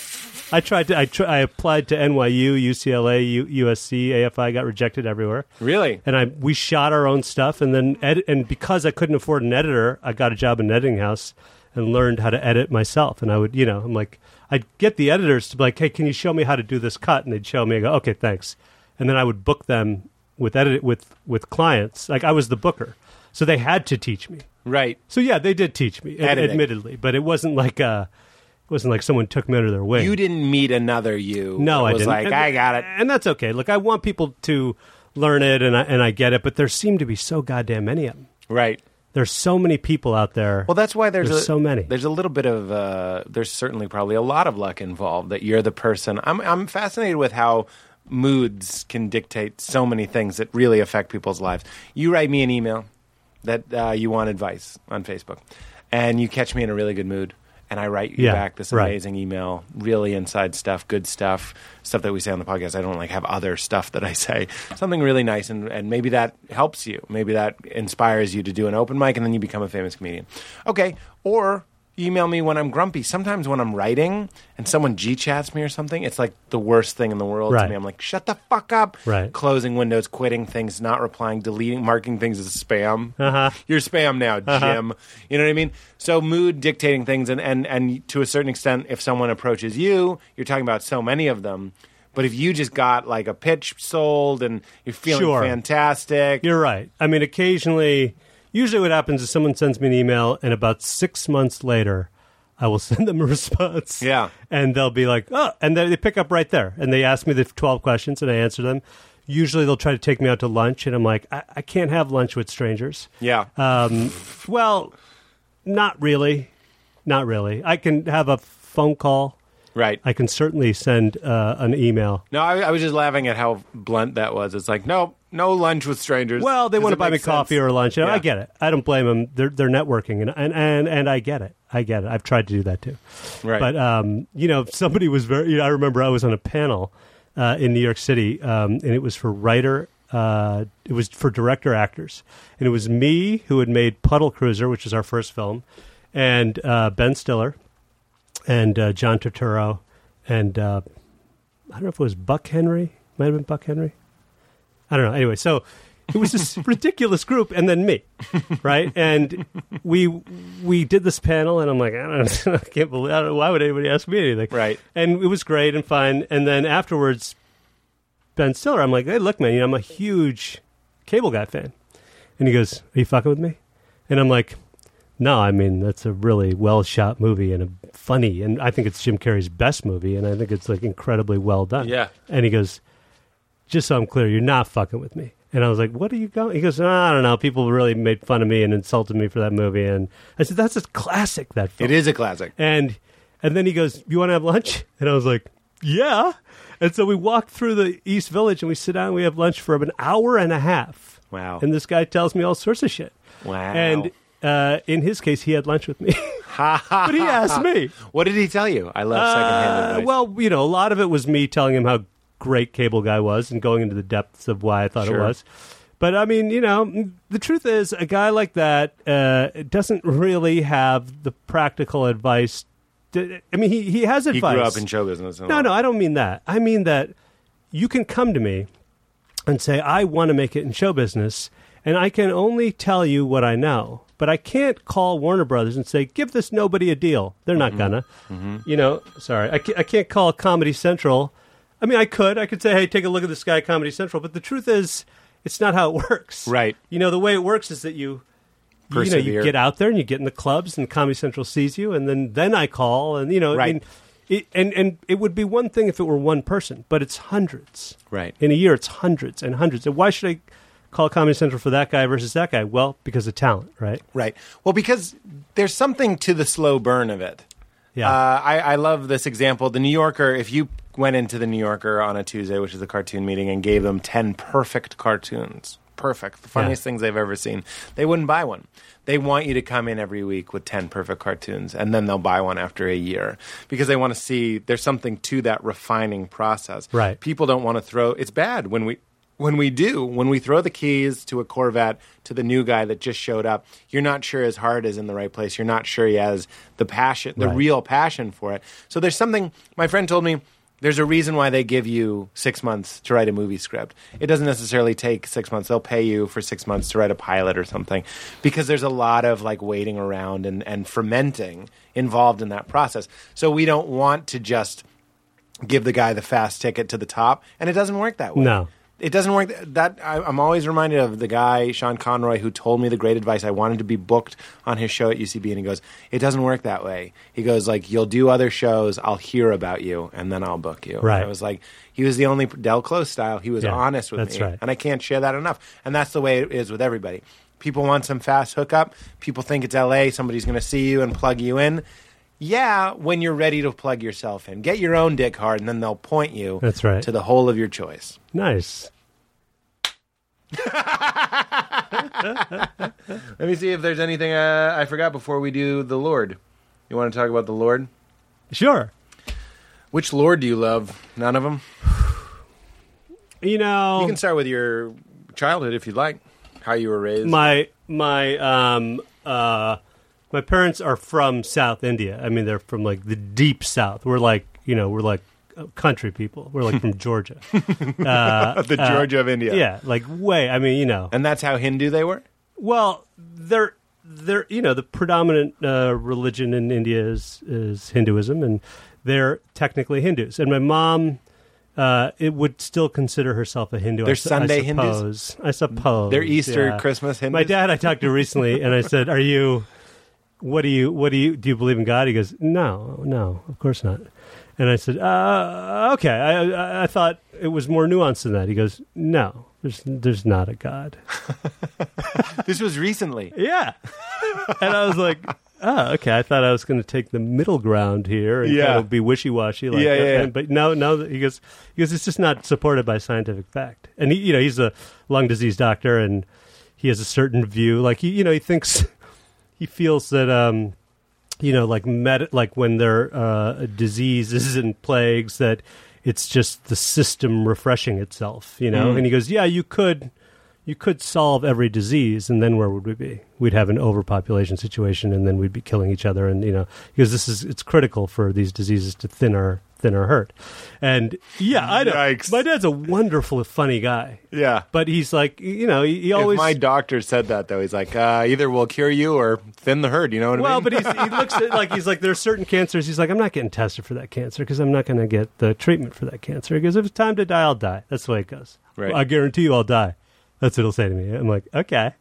S6: I tried to. I, tr- I applied to NYU, UCLA, U- USC, AFI. Got rejected everywhere.
S5: Really?
S6: And I we shot our own stuff, and then edit. And because I couldn't afford an editor, I got a job in an editing house and learned how to edit myself. And I would, you know, I'm like, I'd get the editors to be like, "Hey, can you show me how to do this cut?" And they'd show me. I go, "Okay, thanks." And then I would book them with edit with with clients. Like I was the booker, so they had to teach me.
S5: Right.
S6: So yeah, they did teach me, ad-
S5: Editing.
S6: admittedly, but it wasn't like uh it wasn't like someone took me under their wing.
S5: You didn't meet another you.
S6: no,
S5: that
S6: I
S5: was
S6: didn't.
S5: like,
S6: And-
S5: I got it.
S6: and that's okay. Look, I want people to learn it, and I and I get it, but there seem to be so goddamn many of them.
S5: Right.
S6: There's so many people out there.
S5: Well, that's why there's,
S6: There's
S5: a,
S6: so many.
S5: There's a little bit of uh, there's certainly probably a lot of luck involved that you're the person. I'm I'm fascinated with how moods can dictate so many things that really affect people's lives. You write me an email that uh, you want advice on Facebook, and you catch me in a really good mood. and I write you
S6: Yeah,
S5: back this
S6: right.
S5: amazing email, really inside stuff, good stuff, stuff that we say on the podcast. I don't like have other stuff that I say, something really nice, and, and maybe that helps you. Maybe that inspires you to do an open mic, and then you become a famous comedian. Okay, or email me when I'm grumpy. Sometimes when I'm writing and someone G chats me or something, it's like the worst thing in the world to
S6: Right.
S5: me. I'm like, shut the fuck up.
S6: Right.
S5: Closing windows, quitting things, not replying, deleting, marking things as spam. Uh-huh. You're spam now,
S6: Uh-huh.
S5: Jim. You know what I mean? So mood dictating things and, and and to a certain extent if someone approaches you, you're talking about so many of them. But if you just got like a pitch sold and you're feeling
S6: Sure.
S5: fantastic,
S6: You're right. I mean, occasionally, usually what happens is someone sends me an email, and about six months later, I will send them a response.
S5: Yeah.
S6: And they'll be like, oh, and they, they pick up right there. And they ask me the 12 questions, and I answer them. Usually they'll try to take me out to lunch, and I'm like, I, I can't have lunch with strangers.
S5: yeah.
S6: Uh, Well, not really. Not really. I can have a phone call.
S5: right.
S6: I can certainly send uh, an email.
S5: No, I, I was just laughing at how blunt that was. It's like, no, no lunch with strangers.
S6: Well, they
S5: 'Cause
S6: want to
S5: it
S6: buy me
S5: makes
S6: coffee
S5: sense.
S6: or lunch.
S5: Yeah.
S6: I get it. I don't blame them. They're they're networking, and and and, and I get it. I get it. I've tried to do that too.
S5: Right.
S6: But um, you know, somebody was very. You know, I remember I was on a panel uh, in New York City, um, and it was for writer. Uh, it was for director actors, and it was me who had made Puddle Cruiser, which is our first film, and uh, Ben Stiller, and uh, John Turturro, and uh, I don't know if it was Buck Henry. Might have been Buck Henry. I don't know. Anyway, so it was this ridiculous group, and then me, right? And we we did this panel, and I'm like, I don't, I can't believe. I don't know, why would anybody ask me anything?
S5: Right.
S6: And it was great and fine. And then afterwards, Ben Stiller, I'm like, hey, look, man, you know, I'm a huge cable guy fan, and he goes, are you fucking with me? And I'm like, no, I mean that's a really well shot movie and a funny, and I think it's Jim Carrey's best movie, and I think it's like incredibly well done.
S5: Yeah.
S6: And he goes, just so I'm clear, you're not fucking with me. And I was like, what are you going? He goes, "Ah, I don't know. People really made fun of me and insulted me for that movie, and I said, that's a classic. That film.
S5: It is a classic.
S6: And and then he goes, "You want to have lunch?" And I was like, "Yeah." And so we walk through the East Village and we sit down. and We have lunch for an hour and a half.
S5: Wow.
S6: And this guy tells me all sorts of shit.
S5: Wow.
S6: And uh, in his case, he had lunch with me, but he asked me.
S5: What did he tell you? I love secondhand
S6: Uh,
S5: advice.
S6: well, you know, a lot of it was me telling him how great Cable Guy was and going into the depths of why I thought
S5: Sure.
S6: it was. But I mean, you know, the truth is, a guy like that uh, doesn't really have the practical advice. To, I mean, he, he has
S5: he
S6: advice.
S5: grew up in show business. and
S6: No,
S5: all.
S6: no, I don't mean that. I mean that you can come to me and say, I want to make it in show business, and I can only tell you what I know. But I can't call Warner Brothers and say, give this nobody a deal. They're
S5: Mm-hmm.
S6: not gonna. You know, sorry. I can't, I can't call Comedy Central. I mean, I could. I could say, hey, take a look at this guy, Comedy Central. But the truth is, it's not how it works.
S5: Right.
S6: You know, the way it works is that you you know,
S5: Persevere.
S6: you get out there and you get in the clubs, and Comedy Central sees you, and then then I call, and you know, I
S5: Right.
S6: mean, it, and and it would be one thing if it were one person, but it's hundreds.
S5: Right.
S6: In a year, it's hundreds and hundreds. And why should I call Comedy Central for that guy versus that guy? Well, because of talent, right?
S5: Right. Well, because there's something to the slow burn of it.
S6: Yeah.
S5: Uh, I, I love this example. The New Yorker, if you went into the New Yorker on a Tuesday, which is a cartoon meeting, and gave them 10 perfect cartoons, perfect, the funniest
S6: Yeah.
S5: things they've ever seen, they wouldn't buy one. They want you to come in every week with 10 perfect cartoons, and then they'll buy one after a year because they want to see there's something to that refining process.
S6: Right.
S5: People don't want to throw, it's bad when we. When we do, when we throw the keys to a Corvette to the new guy that just showed up, you're not sure his heart is in the right place. You're not sure he has the passion, the
S6: Right.
S5: real real passion for it. So there's something my friend told me there's a reason why they give you six months to write a movie script. It doesn't necessarily take six months. They'll pay you for six months to write a pilot or something because there's a lot of like waiting around and, and fermenting involved in that process. So we don't want to just give the guy the fast ticket to the top, and it doesn't work that way.
S6: No.
S5: It doesn't work. th- That I, I'm always reminded of the guy Sean Conroy who told me the great advice. I wanted to be booked on his show at UCB, and he goes, "It doesn't work that way." He goes, "Like you'll do other shows, I'll hear about you, and then I'll book you." And
S6: Right.
S5: I was like, he was the only Del Close style. He was
S6: Yeah,
S5: honest with
S6: that's
S5: me,
S6: right.
S5: and I can't share that enough. And that's the way it is with everybody. People want some fast hookup. People think it's LA. Somebody's going to see you and plug you in. Yeah, when you're ready to plug yourself in, get your own dick hard, and then they'll point you.
S6: That's right.
S5: to the hole of your choice.
S6: Nice.
S5: Let me see if there's anything uh, I forgot before we do the Lord. You want to talk about the Lord?
S6: Sure.
S5: Which Lord do you love? None of them.
S6: You know,
S5: You can start with your childhood if you'd like. How you were raised.
S6: my my um uh my parents are from South India. I mean, they're from like the deep South. We're like you know we're like uh, country people. We're like from Georgia.
S5: the Georgia of India.
S6: uh, yeah, like way. I mean, you know.
S5: And that's how Hindu they were?
S6: Well, they're they're you know the predominant uh, religion in India is is Hinduism, and they're technically Hindus. And my mom. Uh, it would still consider herself a Hindu. I
S5: They're
S6: su-
S5: Sunday
S6: I
S5: Hindus?
S6: suppose. I suppose
S5: They're Easter,
S6: yeah.
S5: Christmas Hindus?
S6: My dad, I talked to recently, and I said, "Are you? What do you? What do you? Do you believe in God?" He goes, "No, no, of course not." And I said, uh, "Okay." I, I I thought it was more nuanced than that. He goes, "No, there's there's not a God."
S5: This was recently.
S6: Yeah. and I was like, oh, okay. I thought I was going to take the middle ground here and
S5: Yeah.
S6: kind of be wishy washy. Like,
S5: Yeah, yeah, yeah.
S6: and- But no, no. He goes, he goes, it's just not supported by scientific fact. And he, you know, he's a lung disease doctor, and he has a certain view. Like he, you know, he thinks he feels that. um you know, like med- like when there are uh, diseases and plagues, that it's just the system refreshing itself. You
S5: Mm.
S6: know, and he goes, "Yeah, you could, you could solve every disease, and then where would we be? We'd have an overpopulation situation, and then we'd be killing each other. And you know, because this is it's critical for these diseases to thin our thin our herd. And yeah, I know.
S5: Yikes.
S6: My dad's a wonderful, funny guy,
S5: Yeah.
S6: but he's like, you know, he, he always
S5: if my doctor said that, though, he's like, uh, either we'll cure you or thin the herd. You know what I
S6: Well,
S5: mean?
S6: but he's, he looks at like he's like there's certain cancers. He's like I'm not getting tested for that cancer because I'm not going to get the treatment for that cancer. He goes if it's time to die, I'll die. That's the way it goes.
S5: Right.
S6: I guarantee you, I'll die. That's what he'll say to me. I'm like okay.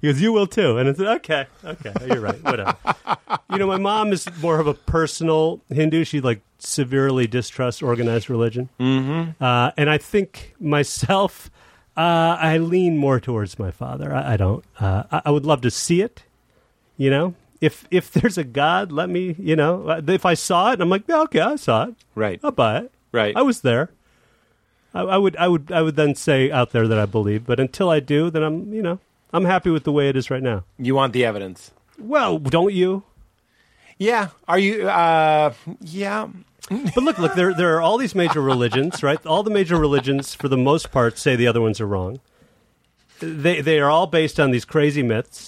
S6: He goes you will too, and it's okay, okay. You're right. Whatever. you know, my mom is more of a personal Hindu. She like severely distrusts organized religion, mm-hmm. uh, and I think myself. Uh, I lean more towards my father. I, I don't. Uh, I, I would love to see it you know if if there's a god let me you know uh, if i saw it i'm like yeah, okay i saw it
S5: right.
S6: i'll buy it
S5: Right.
S6: i was there I, I would i would i would then say out there that i believe but until i do then i'm you know i'm happy with the way it is right now
S5: You want the evidence.
S6: well don't you
S5: Yeah. Are you? Uh, yeah.
S6: but look look there there are all these major religions right all the major religions for the most part say the other ones are wrong they they are all based on these crazy myths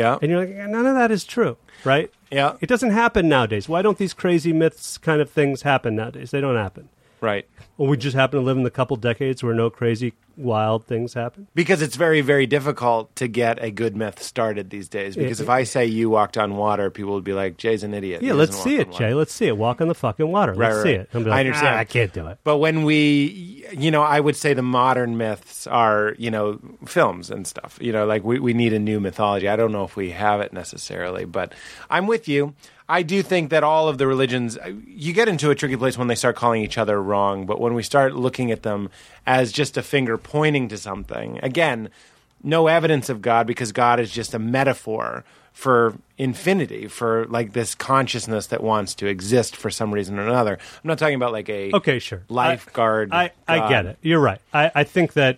S5: Yeah.
S6: and you're like "Yeah, none of that is true right
S5: Yeah.
S6: It doesn't happen nowadays. Why don't these crazy myths kind of things happen nowadays? They don't happen.
S5: Right.
S6: Well, we just happen to live in the couple decades where no crazy wild things happen.
S5: Because it's very, very difficult to get a good myth started these days. Because if I say you walked on water, people would be like, Jay's an idiot. He
S6: Yeah, let's
S5: doesn't
S6: see
S5: walk
S6: it,
S5: on water.
S6: Jay. Let's see it. Walk on the fucking water.
S5: Right,
S6: let's
S5: right,
S6: see
S5: right.
S6: it. I'll be
S5: I understand.
S6: "Ah, I can't do it.
S5: But when we, you know, I would say the modern myths are, you know, films and stuff. You know, like we, we need a new mythology. I don't know if we have it necessarily, but I'm with you. I do think that all of the religions, uh, you get into a tricky place when they start calling each other wrong, but when we start looking at them as just a finger pointing to something, again, no evidence of God because God is just a metaphor for infinity, for like this consciousness that wants to exist for some reason or another. I'm not talking about like a
S6: Okay, sure.
S5: lifeguard. uh,
S6: I, I, I get
S5: God.
S6: it. You're right. I, I think that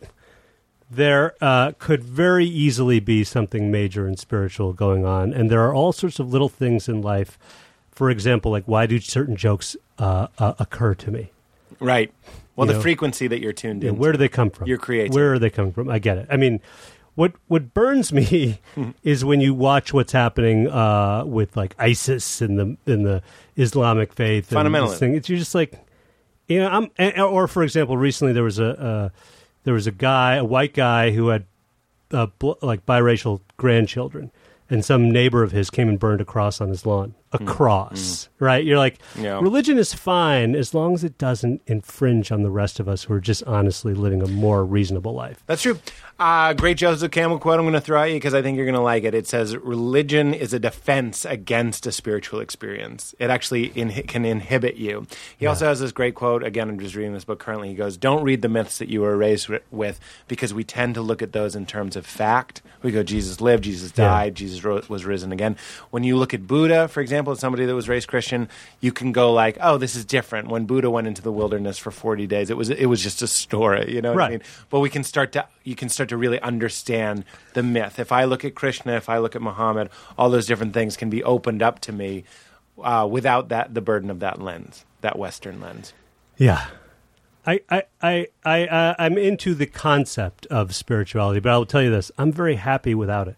S6: there uh, could very easily be something major and spiritual going on, and there are all sorts of little things in life. For example, like why do certain jokes uh, uh, occur to me?
S5: Right. Well,
S6: You
S5: the
S6: know.
S5: frequency that you're tuned
S6: Yeah,
S5: in.
S6: where do they come from?
S5: You're creative.
S6: Where are they coming from? I get it. I mean, what what burns me is when you watch what's happening uh, with like ISIS and the in the Islamic faith. and
S5: Fundamentalism.
S6: this thing. It's you're just like, you know, I'm and- or for example, recently there was a uh, there was a guy, a white guy, who had uh, bl- like biracial grandchildren, and some neighbor of his came and burned a cross on his lawn. A cross, right? You're like,
S5: Yeah.
S6: religion is fine as long as it doesn't infringe on the rest of us who are just honestly living a more reasonable life.
S5: That's true. Uh, great Joseph Campbell quote I'm going to throw at you because I think you're going to like it. It says, Religion is a defense against a spiritual experience. It actually inhi can inhibit you. He also has this great quote. Again, I'm just reading this book currently. He goes, Don't read the myths that you were raised wi- with because we tend to look at those in terms of fact. We go, Jesus lived, Jesus
S6: Yeah.
S5: died, Jesus ro- was risen again. When you look at Buddha, for example, as somebody that was raised Christian, you can go like, Oh, this is different. When Buddha went into the wilderness for 40 days, it was, it was just a story. You know what I
S6: Right.
S5: mean? but we can start to you can start to really understand the myth if i look at krishna if i look at muhammad all those different things can be opened up to me uh, without that the burden of that lens, that Western lens.
S6: Yeah. I, I, I, I, uh, I'm into the concept of spirituality, but I'll tell you this I'm very happy without it.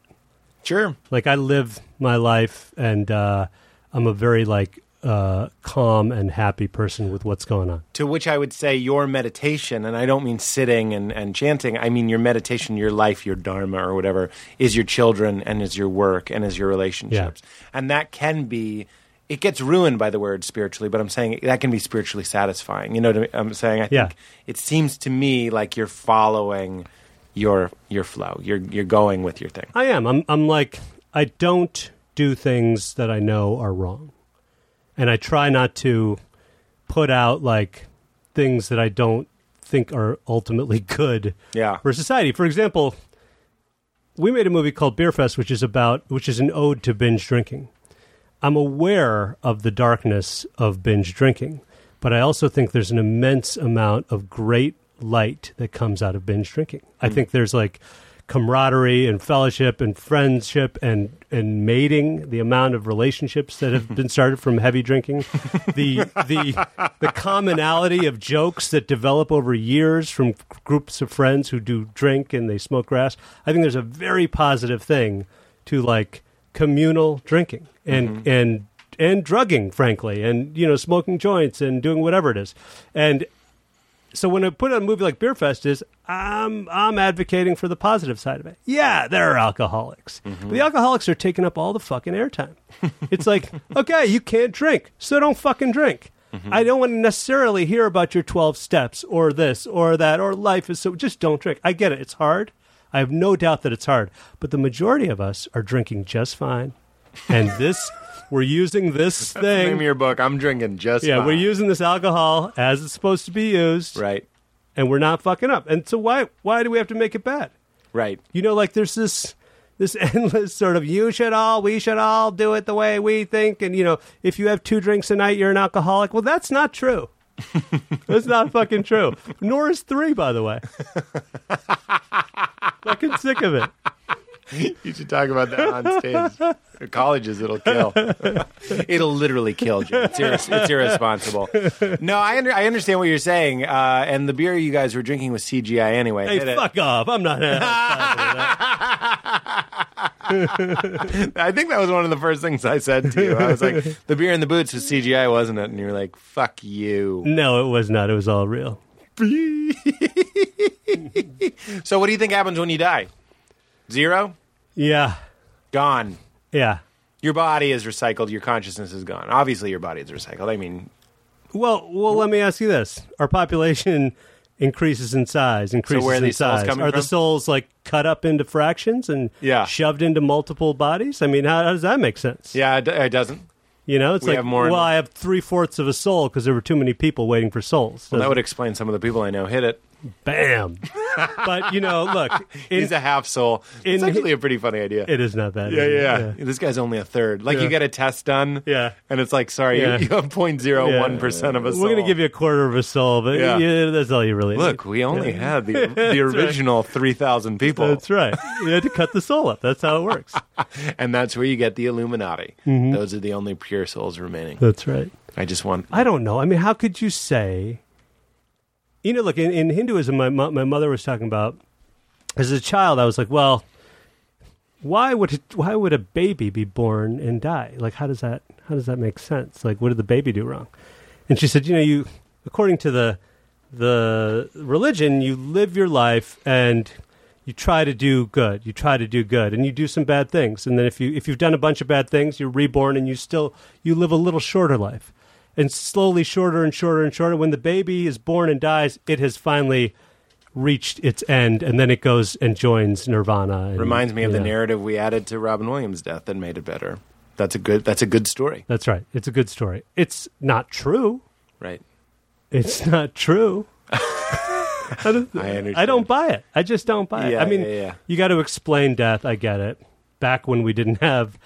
S5: Sure.
S6: Like, I live my life and uh, I'm a very, like, uh, calm and happy person with what's going on.
S5: To which I would say your meditation, and I don't mean sitting and, and chanting, I mean your meditation, your life, your dharma or whatever, is your children and is your work and is your relationships. And that can be, it gets ruined by the word spiritually, but I'm saying that can be spiritually satisfying. You know what I'm saying? I think
S6: Yeah.
S5: it seems to me like you're following your your flow. You're you're going with your thing.
S6: I am. I'm, I'm like, I don't do things that I know are wrong. And I try not to put out, like, things that I don't think are ultimately good
S5: Yeah.
S6: for society. For example, we made a movie called Beer Fest, which is about, which is an ode to binge drinking. I'm aware of the darkness of binge drinking, but I also think there's an immense amount of great light that comes out of binge drinking. I think there's like camaraderie and fellowship and friendship and and mating the amount of relationships that have been started from heavy drinking the the the commonality of jokes that develop over years from groups of friends who do drink and they smoke grass i think there's a very positive thing to like communal drinking and and and drugging frankly and you know smoking joints and doing whatever it is and so when I put on a movie like Beer Fest is I'm I'm advocating for the positive side of it. Yeah, there are alcoholics. But
S5: Mm-hmm.
S6: the alcoholics are taking up all the fucking airtime. it's like, okay, you can't drink, so don't fucking drink.
S5: Mm-hmm.
S6: I don't want to necessarily hear about your 12 steps or this or that or life is so just don't drink. I get it. It's hard. I have no doubt that it's hard, but the majority of us are drinking just fine. And this we're using this
S5: Name
S6: thing.
S5: of your book. I'm drinking just
S6: Yeah,
S5: fine.
S6: we're using this alcohol as it's supposed to be used
S5: right,
S6: and we're not fucking up. And so why why do we have to make it bad?
S5: right.
S6: You know, like there's this this endless sort of you should all we should all do it the way we think and you know if you have two drinks a night you're an alcoholic well that's not true that's not fucking true nor is three by the way fucking sick of it
S5: You should talk about that on stage. At colleges, it'll kill. it'll literally kill you. It's, irres- it's irresponsible. No, I, under- I understand what you're saying. Uh, and the beer you guys were drinking was CGI anyway.
S6: hey
S5: Hit it.
S6: fuck off i'm not
S5: I think that was one of the first things I said to you. I was like, the beer in the boots was CGI, wasn't it? And you were like, fuck you.
S6: no it was not it was all real
S5: So, what do you think happens when you die? Zero?
S6: yeah
S5: Gone.
S6: yeah
S5: Your body is recycled. Your consciousness is gone. Obviously, your body is recycled. I mean,
S6: Well, well, let me ask you this: Our population increases in size, increases
S5: where are
S6: in
S5: these souls
S6: size.
S5: coming
S6: are the
S5: from?
S6: souls like cut up into fractions and
S5: Yeah.
S6: shoved into multiple bodies? I mean, how, how does that make sense?
S5: yeah, it, it doesn't.
S6: You know, it's
S5: We
S6: like,
S5: have more and
S6: well,
S5: more.
S6: I have three fourths of a soul because there were too many people waiting for souls.
S5: Well, that would explain some of the people I know. Hit it.
S6: Bam! but you know, look, in-
S5: He's a half soul. It's
S6: in-
S5: actually a pretty funny idea.
S6: it is not that.
S5: yeah,
S6: easy.
S5: yeah, yeah. This guy's only a third. Like
S6: Yeah.
S5: you get a test done.
S6: Yeah.
S5: And it's like, sorry,
S6: Yeah.
S5: you, you have point zero
S6: Yeah.
S5: one percent of us.
S6: We're going to give you a quarter of a soul, but
S5: Yeah.
S6: yeah, that's all you really need.
S5: Look, we only had the the original three thousand people,
S6: That's right. You had to cut the soul up. That's how it works.
S5: and that's where you get the Illuminati.
S6: Mm-hmm.
S5: Those are the only pure souls remaining.
S6: That's right.
S5: I just want.
S6: I don't know. I mean, how could you say? You know, look in, in Hinduism. My mo- my mother was talking about as a child. I was like, well, why would it, why would a baby be born and die? Like, how does that how does that make sense? Like, what did the baby do wrong? And she said, you know, you according to the the religion, you live your life and you try to do good. You try to do good, and you do some bad things. And then if you if you've done a bunch of bad things, you're reborn, and you still you live a little shorter life, and slowly shorter and shorter and shorter. When the baby is born and dies, it has finally reached its end, and then it goes and joins Nirvana. and-
S5: Reminds me of the
S6: yeah.
S5: narrative we added to Robin Williams' death that made it better. That's a good. That's a good story,
S6: That's right. It's a good story. It's not true.
S5: right?
S6: It's not true. I, don't,
S5: I understand.
S6: I don't buy it. I just don't buy
S5: Yeah,
S6: it. I mean,
S5: yeah, yeah.
S6: you got to explain death. I get it. Back when we didn't have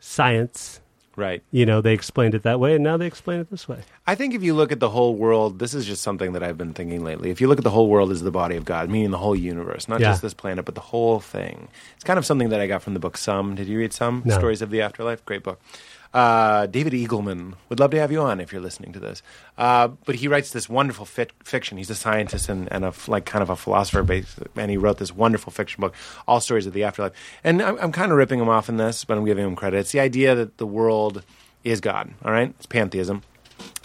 S6: science,
S5: Right.
S6: you know, they explained it that way, and now they explain it this way.
S5: I think if you look at the whole world, this is just something that I've been thinking lately. If you look at the whole world as the body of God, meaning the whole universe, not
S6: Yeah.
S5: just this planet, but the whole thing. It's kind of something that I got from the book Some. Did you read Some?
S6: No.
S5: Stories of the Afterlife? Great book. Uh, David Eagleman would love to have you on if you're listening to this. Uh, but he writes this wonderful fit- fiction. He's a scientist and, and a f- like kind of a philosopher, based, and he wrote this wonderful fiction book, All Stories of the Afterlife. And I'm, I'm kind of ripping him off in this, but I'm giving him credit. It's the idea that the world is God. All right, it's pantheism.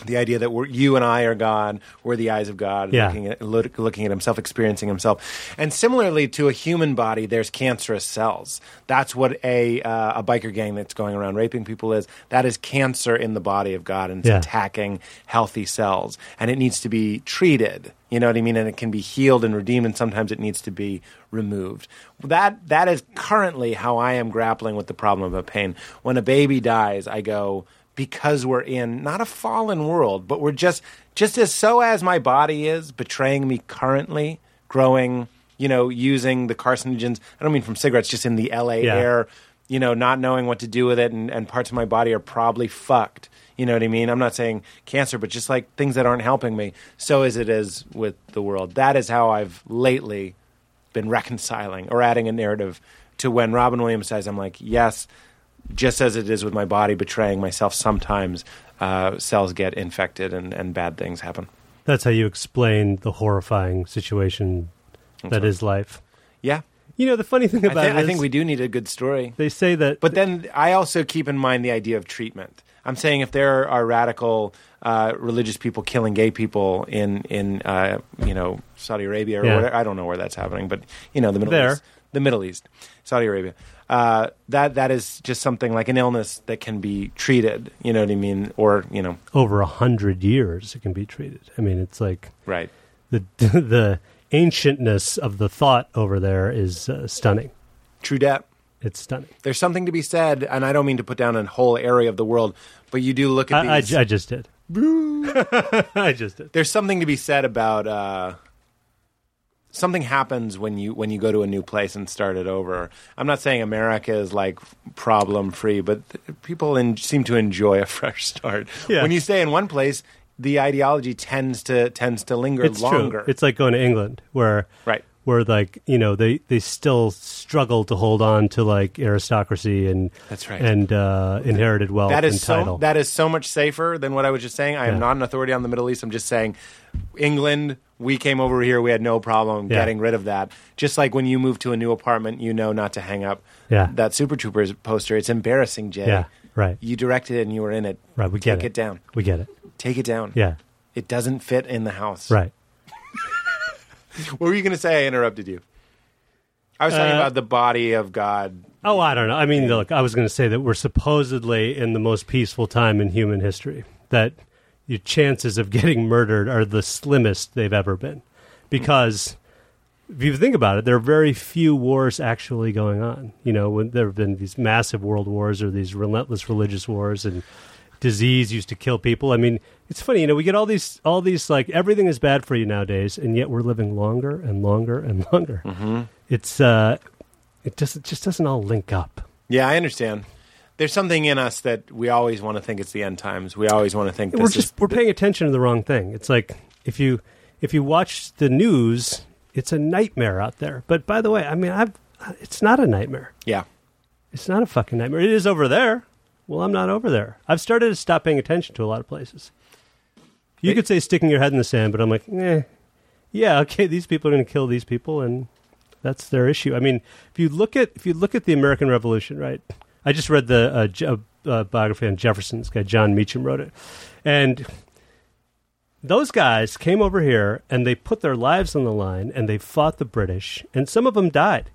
S5: The idea that we're, you and I are God, we're the eyes of God,
S6: Yeah.
S5: looking at look- looking at himself, experiencing himself. And similarly to a human body, there's cancerous cells. That's what a uh, a biker gang that's going around raping people is. That is cancer in the body of God, and it's
S6: Yeah.
S5: attacking healthy cells, and it needs to be treated. You know what I mean? And it can be healed and redeemed, and sometimes it needs to be removed. That that is currently how I am grappling with the problem of pain. When a baby dies, I go because we're in not a fallen world, but we're just just as so as my body is betraying me currently, growing, you know, using the carcinogens. I don't mean from cigarettes, just in the LA
S6: Yeah.
S5: air, you know, not knowing what to do with it, and, and parts of my body are probably fucked. You know what I mean? I'm not saying cancer, but just like things that aren't helping me. So as it is with the world. That is how I've lately been reconciling or adding a narrative to when Robin Williams says, I'm like, yes, just as it is with my body betraying myself, sometimes uh, cells get infected and, and bad things happen.
S6: That's how you explain the horrifying situation that is life.
S5: Yeah.
S6: You know, the funny thing
S5: I,
S6: about
S5: thi-
S6: it
S5: I
S6: is
S5: think we do need a good story.
S6: they say that
S5: But then I also keep in mind the idea of treatment. I'm saying if there are radical uh, religious people killing gay people in in uh, you know Saudi Arabia or
S6: Yeah.
S5: whatever, I don't know where that's happening, but you know the Middle
S6: There.
S5: East, the Middle East, Saudi Arabia. Uh, that that is just something like an illness that can be treated. You know what I mean? Or you know,
S6: over a hundred years it can be treated. I mean, it's like
S5: right?
S6: the the ancientness of the thought over there is uh, stunning.
S5: True debt.
S6: It's stunning.
S5: There's something to be said, and I don't mean to put down a whole area of the world, but you do look at
S6: I, I,
S5: these.
S6: ju- I just did. I just did.
S5: there's something to be said about uh, something happens when you when you go to a new place and start it over. I'm not saying America is like problem free, but th- people in, seem to enjoy a fresh start.
S6: Yeah.
S5: When you stay in one place, the ideology tends to tends to linger
S6: It's
S5: longer.
S6: true. It's like going to England, where
S5: Right.
S6: where like you know they they still struggle to hold on to like aristocracy and
S5: That's right.
S6: and uh, inherited wealth
S5: that is
S6: and
S5: so
S6: title.
S5: that is so much safer than what I was just saying. I am
S6: Yeah.
S5: not an authority on the Middle East. I'm just saying England, we came over here, we had no problem
S6: Yeah.
S5: getting rid of that. Just like when you move to a new apartment, you know not to hang up
S6: Yeah.
S5: that Super Troopers poster. It's embarrassing, Jay.
S6: Yeah, right.
S5: You directed it and you were in it.
S6: right, we get
S5: Take it. down.
S6: We get it.
S5: Take it down.
S6: Yeah,
S5: It doesn't fit in the house.
S6: right.
S5: What were you going to say? I interrupted you. I was talking
S6: Uh,
S5: about the body of God.
S6: Oh, I don't know. I mean, look, I was going to say that we're supposedly in the most peaceful time in human history. That your chances of getting murdered are the slimmest they've ever been, because if you think about it, there are very few wars actually going on. You know, when there have been these massive world wars or these relentless religious wars, and disease used to kill people. I mean, it's funny. You know, we get all these, all these like everything is bad for you nowadays, and yet we're living longer and longer and longer. It's uh, it just it just doesn't all link up.
S5: Yeah, I understand. There's something in us that we always want to think it's the end times. We always want to think this
S6: we're
S5: is
S6: just we're paying attention to the wrong thing. It's like if you if you watch the news, it's a nightmare out there. But by the way, I mean I've it's not a nightmare.
S5: yeah.
S6: It's not a fucking nightmare. It is over there. Well, I'm not over there. I've started to stop paying attention to a lot of places. You
S5: It-
S6: could say sticking your head in the sand, but I'm like, eh, yeah, okay. These people are going to kill these people, and that's their issue. I mean, if you look at if you look at the American Revolution, right? I just read the uh, Je- uh, biography on Jefferson. This guy John Meacham wrote it, and those guys came over here and they put their lives on the line and they fought the British, and some of them died.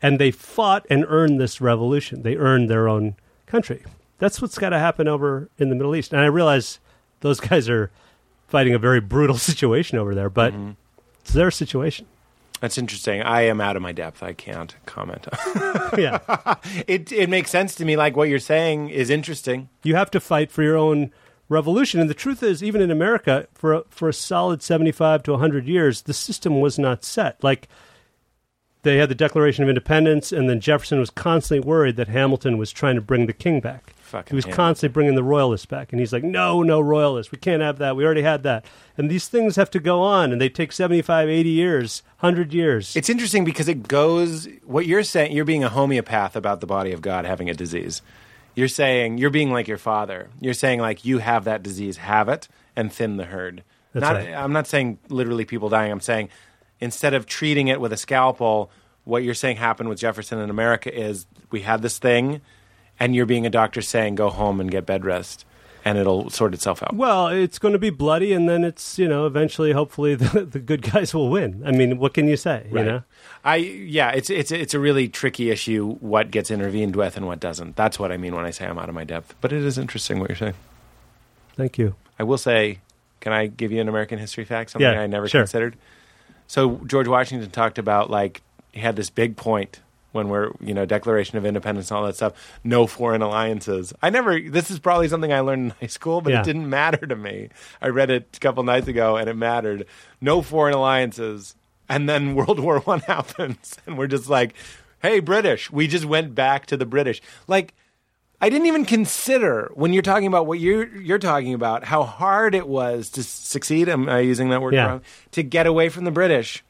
S6: And they fought and earned this revolution. They earned their own country. That's what's got to happen over in the Middle East. And I realize those guys are fighting a very brutal situation over there, but it's their situation.
S5: That's interesting. I am out of my depth. I can't comment.
S6: yeah.
S5: it it makes sense to me. Like what you're saying is interesting.
S6: You have to fight for your own revolution. And the truth is, even in America, for a, for a solid seventy-five to hundred years, the system was not set. Like they had the Declaration of Independence, and then Jefferson was constantly worried that Hamilton was trying to bring the king back.
S5: Fucking
S6: he was
S5: Hamilton.
S6: constantly bringing the royalists back, and he's like, "No, no royalists. We can't have that. We already had that." And these things have to go on, and they take 75, 80 years, hundred years.
S5: It's interesting because it goes what you're saying. You're being a homeopath about the body of God having a disease. You're saying you're being like your father. You're saying like you have that disease, have it, and thin the herd.
S6: That's
S5: not,
S6: right.
S5: I'm not saying literally people dying. I'm saying instead of treating it with a scalpel, what you're saying happened with Jefferson in America is we had this thing, and you're being a doctor saying go home and get bed rest, and it'll sort itself out.
S6: Well, it's going to be bloody, and then it's you know eventually, hopefully, the, the good guys will win. I mean, what can you say? You know,
S5: I yeah, it's it's it's a really tricky issue what gets intervened with and what doesn't. That's what I mean when I say I'm out of my depth. But it is interesting what you're saying.
S6: thank you.
S5: I will say, can I give you an American history fact? Something
S6: Yeah,
S5: I never
S6: sure.
S5: considered. So George Washington talked about like he had this big point when we're you know Declaration of Independence and all that stuff. No foreign alliances. I never. This is probably something I learned in high school, but
S6: Yeah.
S5: it didn't matter to me. I read it a couple nights ago, and it mattered. No foreign alliances. And then World War One happens, and we're just like, "Hey, British!" We just went back to the British. Like, I didn't even consider when you're talking about what you're you're talking about how hard it was to succeed. Am I using that word
S6: Yeah.
S5: wrong? To get away from the British,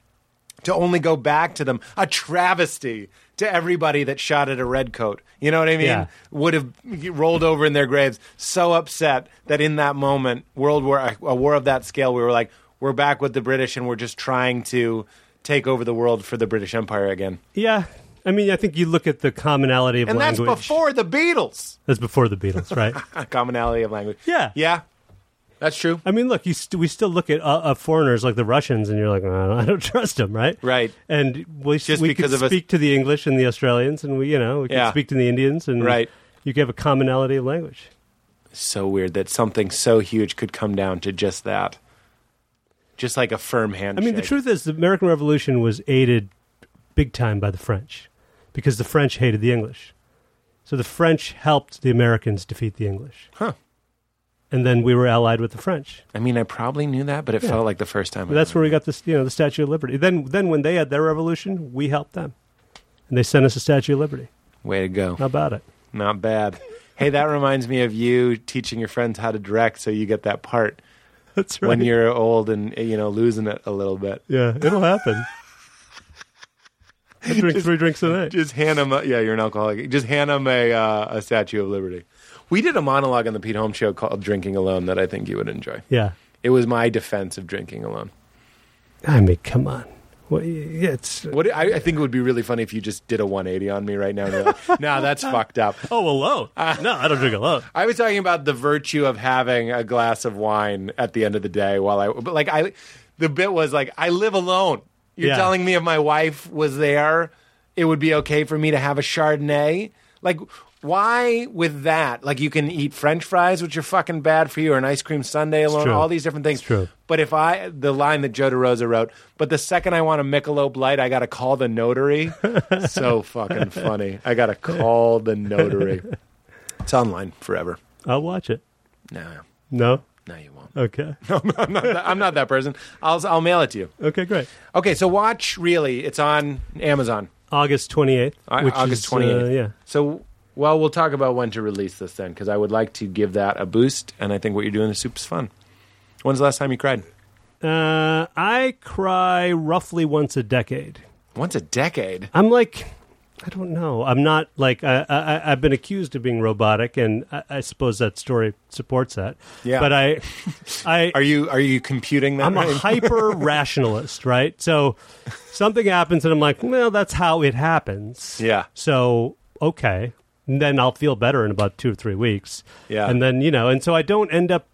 S5: to only go back to them, a travesty to everybody that shot at a redcoat. You know what I mean?
S6: Yeah.
S5: Would have rolled over in their graves. So upset that in that moment, World War a war of that scale, we were like, we're back with the British, and we're just trying to take over the world for the British Empire again.
S6: Yeah, I mean, I think you look at the commonality of
S5: And
S6: language.
S5: that's before the Beatles.
S6: That's before the Beatles, right?
S5: commonality of language.
S6: Yeah.
S5: Yeah. That's true.
S6: I mean, look, you st- we still look at uh, uh, foreigners like the Russians, and you're like, "Uh, I don't trust them, right?
S5: Right.
S6: And we
S5: Just
S6: we
S5: because
S6: could
S5: of us-
S6: speak to the English and the Australians, and we you know we could
S5: Yeah.
S6: speak to the Indians, and
S5: Right.
S6: You could have a commonality of language.
S5: So weird that something so huge could come down to just that. Just like a firm
S6: I
S5: handshake.
S6: mean, the truth is, the American Revolution was aided big time by the French because the French hated the English. So the French helped the Americans defeat the English.
S5: Huh.
S6: And then we were allied with the French.
S5: I mean, I probably knew that, but it felt like the first time. I
S6: That's where we
S5: remember.
S6: got this, you know, the Statue of Liberty. Then, then when they had their revolution, we helped them, and they sent us a Statue of Liberty.
S5: Way to go.
S6: How about it?
S5: Not bad. hey, that reminds me of you teaching your friends how to direct so you get that part
S6: That's
S5: when you're old and, you know, losing it a little bit.
S6: yeah, it'll happen. I drink three drinks a night.
S5: Just hand him. A, yeah, you're an alcoholic. Just hand him a uh, a Statue of Liberty. We did a monologue on the Pete Holmes show called "Drinking Alone" that I think you would enjoy.
S6: yeah,
S5: It was my defense of drinking alone.
S6: I mean, come on. Well, yeah, it's
S5: What I, I think it would be really funny if you just did a 180 on me right now. and you're Like, nah, that's fucked up.
S6: oh alone.
S5: Ah.
S6: no, I don't drink alone.
S5: I was talking about the virtue of having a glass of wine at the end of the day while I, but like I, the bit was like I live alone. You're
S6: Yeah.
S5: telling me if my wife was there, it would be okay for me to have a Chardonnay. Like why with that? Like you can eat French fries, which are fucking bad for you, or an ice cream sundae alone.
S6: true.
S5: All these different things.
S6: It's true.
S5: But if I, the line that Joe DeRosa wrote, but the second I want a Michelob Light, I got to call the notary. so fucking funny. I got to call the notary. It's online forever.
S6: I'll watch it.
S5: No,
S6: No.
S5: no, you won't.
S6: Okay.
S5: I'm, not that, I'm not that person. I'll I'll mail it to you.
S6: Okay, great.
S5: Okay, so watch really. It's on Amazon,
S6: August 28th.
S5: Au-
S6: which
S5: August
S6: is, uh,
S5: 28th.
S6: yeah.
S5: So well, we'll talk about when to release this then, because I would like to give that a boost, and I think what you're doing is soup's fun. When's the last time you cried?
S6: Uh, I cry roughly once a decade.
S5: Once a decade.
S6: I'm like, I don't know. I'm not like, I, I, I- I've been accused of being robotic, and I, I suppose that story supports that.
S5: Yeah.
S6: But I, I,
S5: Are you are you computing that?
S6: I'm a
S5: right?
S6: hyper rationalist, right? So something happens, and I'm like, well, that's how it happens.
S5: Yeah.
S6: So okay, and then I'll feel better in about two or three weeks.
S5: Yeah.
S6: and then you know, and so I don't end up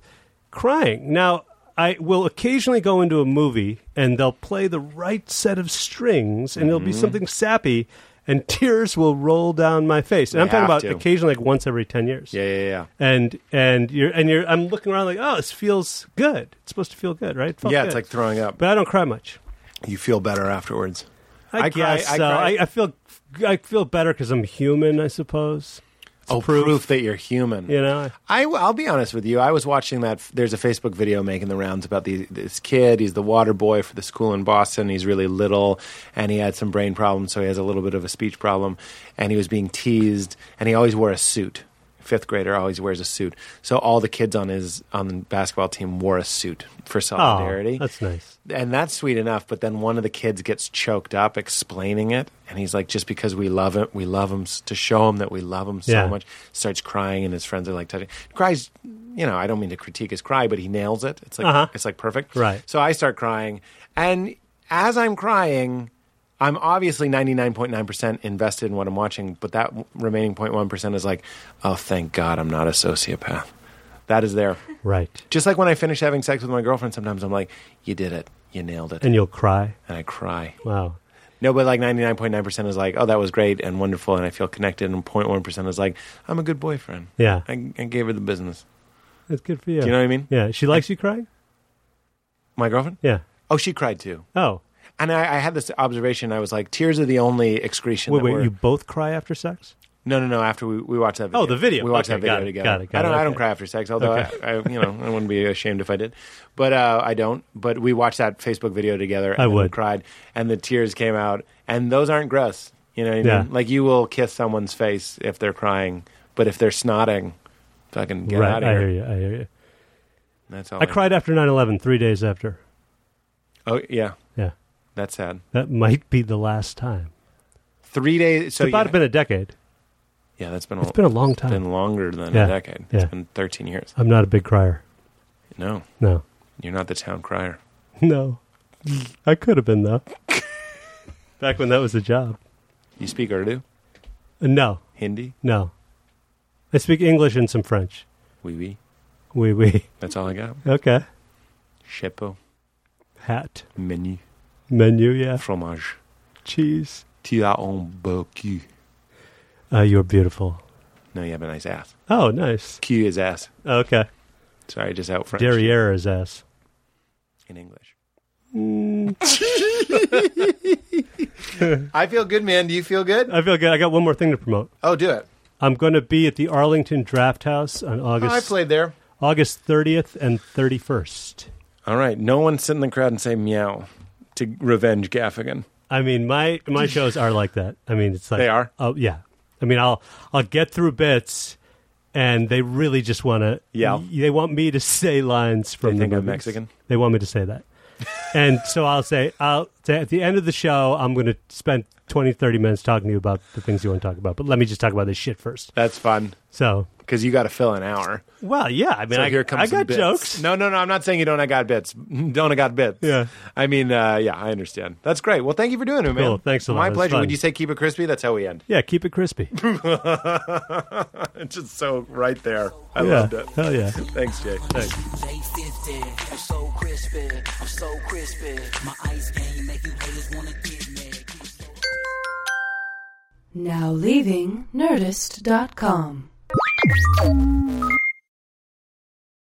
S6: crying. Now I will occasionally go into a movie, and they'll play the right set of strings, and
S5: Mm-hmm.
S6: it'll be something sappy. And tears will roll down my face, and
S5: They
S6: I'm talking
S5: have
S6: about
S5: to.
S6: occasionally, like once every ten years
S5: yeah, yeah, yeah.
S6: and and you're and you're I'm looking around like oh this feels good it's supposed to feel good right It felt
S5: yeah,
S6: good.
S5: it's like throwing up.
S6: but I don't cry much
S5: you feel better afterwards.
S6: I,
S5: I cry-
S6: guess
S5: I
S6: so
S5: cry-
S6: I, I feel I feel better because I'm human I suppose
S5: oh, proof. that you're human.
S6: you know
S5: I, will be honest with you. I was watching that. There's a Facebook video making the rounds about the, this kid. He's the water boy for the school in Boston. He's really little, and he had some brain problems, so he has a little bit of a speech problem. And he was being teased, and he always wore a suit fifth grader always wears a suit. So all the kids on his on the basketball team wore a suit for solidarity.
S6: Oh, that's nice.
S5: and that's sweet enough. But then one of the kids gets choked up explaining it, and he's like, "Just because we love him, we love him s- to show him that we love him so
S6: Yeah.
S5: much." Starts crying, and his friends are like touching. Cries, you know. I don't mean to critique his cry, but he nails it. It's like
S6: Uh-huh.
S5: it's like perfect.
S6: Right.
S5: So I start crying, and as I'm crying. I'm obviously 99.9% invested in what I'm watching, but that w- remaining 0.1% is like, oh, thank God I'm not a sociopath. That is there.
S6: Right.
S5: Just like when I finish having sex with my girlfriend, sometimes I'm like, you did it. You nailed it.
S6: And you'll cry.
S5: And I cry.
S6: Wow.
S5: No, but like 99.9% is like, oh, that was great and wonderful. And I feel connected. And 0.1% is like, I'm a good boyfriend.
S6: Yeah.
S5: I, I gave her the business.
S6: That's good for you.
S5: Do you know what I mean?
S6: Yeah. She likes you crying?
S5: My girlfriend?
S6: Yeah.
S5: Oh, she cried too.
S6: Oh.
S5: And I, I had this observation. I was like, tears are the only excretion
S6: Wait,
S5: that
S6: wait.
S5: we're-
S6: You both cry after sex?
S5: No, no, no. After we, we watched that video.
S6: Oh, the video.
S5: We watched
S6: Okay,
S5: that video
S6: got it,
S5: together.
S6: got it, got
S5: I don't,
S6: it,
S5: I don't
S6: okay.
S5: cry after sex, although
S6: Okay.
S5: I, I, you know, I wouldn't be ashamed if I did. But uh, I don't. But we watched that Facebook video together. And
S6: I
S5: we
S6: would.
S5: cried, and the tears came out, and those aren't gross. You know what I
S6: Yeah.
S5: mean? Like you will kiss someone's face if they're crying, but if they're snotting, fucking get
S6: right.
S5: out
S6: I
S5: of
S6: hear
S5: here. Oh,
S6: you. I hear you.
S5: That's all.
S6: I cried after 9 11, three days after.
S5: Oh yeah,
S6: Yeah.
S5: that's sad.
S6: That might be the last time.
S5: Three days. So
S6: it's about
S5: yeah,
S6: been a decade.
S5: yeah, that's been a,
S6: It's been a long time.
S5: been longer than
S6: Yeah,
S5: a decade.
S6: yeah.
S5: It's been thirteen years.
S6: I'm not a big crier.
S5: No,
S6: No.
S5: you're not the town crier.
S6: No. I could have been, though. Back when that was a job.
S5: You speak Urdu,
S6: Uh, No.
S5: Hindi,
S6: No. I speak English and some French.
S5: Wee wee.
S6: Oui, oui.
S5: That's all I got.
S6: Okay.
S5: Chapeau,
S6: Hat.
S5: menu,
S6: Menu, yeah.
S5: fromage.
S6: Cheese.
S5: Tu as un beau cul.
S6: Uh, you're beautiful.
S5: No, you have a nice ass.
S6: Oh, nice.
S5: Cul is ass.
S6: Okay.
S5: Sorry, just out French.
S6: Derriere is ass.
S5: In English.
S6: Mm,
S5: I feel good, man. Do you feel good?
S6: I feel good. I got one more thing to promote.
S5: Oh, do it. Oh,
S6: I'm going to be at the Arlington Draft House on August
S5: I played there.
S6: August 30th and 31st.
S5: All right. No one sit in the crowd and say meow to revenge Gaffigan.
S6: I mean, my my shows are like that. I mean, it's like
S5: They are?
S6: Oh yeah. I mean, I'll I'll get through bits, and they really just want to.
S5: Yell.
S6: They want me to say lines from
S5: They
S6: the
S5: think I'm
S6: movies.
S5: Mexican?
S6: They want me to say that, and so I'll say I'll say at the end of the show I'm going to spend 20, 30 minutes talking to you about the things you want to talk about. But let me just talk about this shit first.
S5: That's fun
S6: So,
S5: because you got to fill an hour.
S6: well, yeah. I mean,
S5: So
S6: I,
S5: here comes
S6: I
S5: some
S6: got
S5: bits.
S6: jokes.
S5: No, no, no. I'm not saying you don't. I got bits. Don't I got bits?
S6: Yeah.
S5: I mean, uh, yeah. I understand. That's great. Well, thank you for doing it, man.
S6: Cool. Thanks a lot.
S5: My
S6: It was
S5: pleasure.
S6: fun.
S5: Would you say keep it crispy? That's how we end.
S6: Yeah, keep it crispy.
S5: It's just so right there. I
S6: yeah,
S5: loved it.
S6: hell yeah.
S5: Thanks, Jake.
S7: Day 15, I'm so crispy, I'm so crispy. My ice game make you haters wanna get mad. Keep it so
S1: Now leaving Nerdist.com.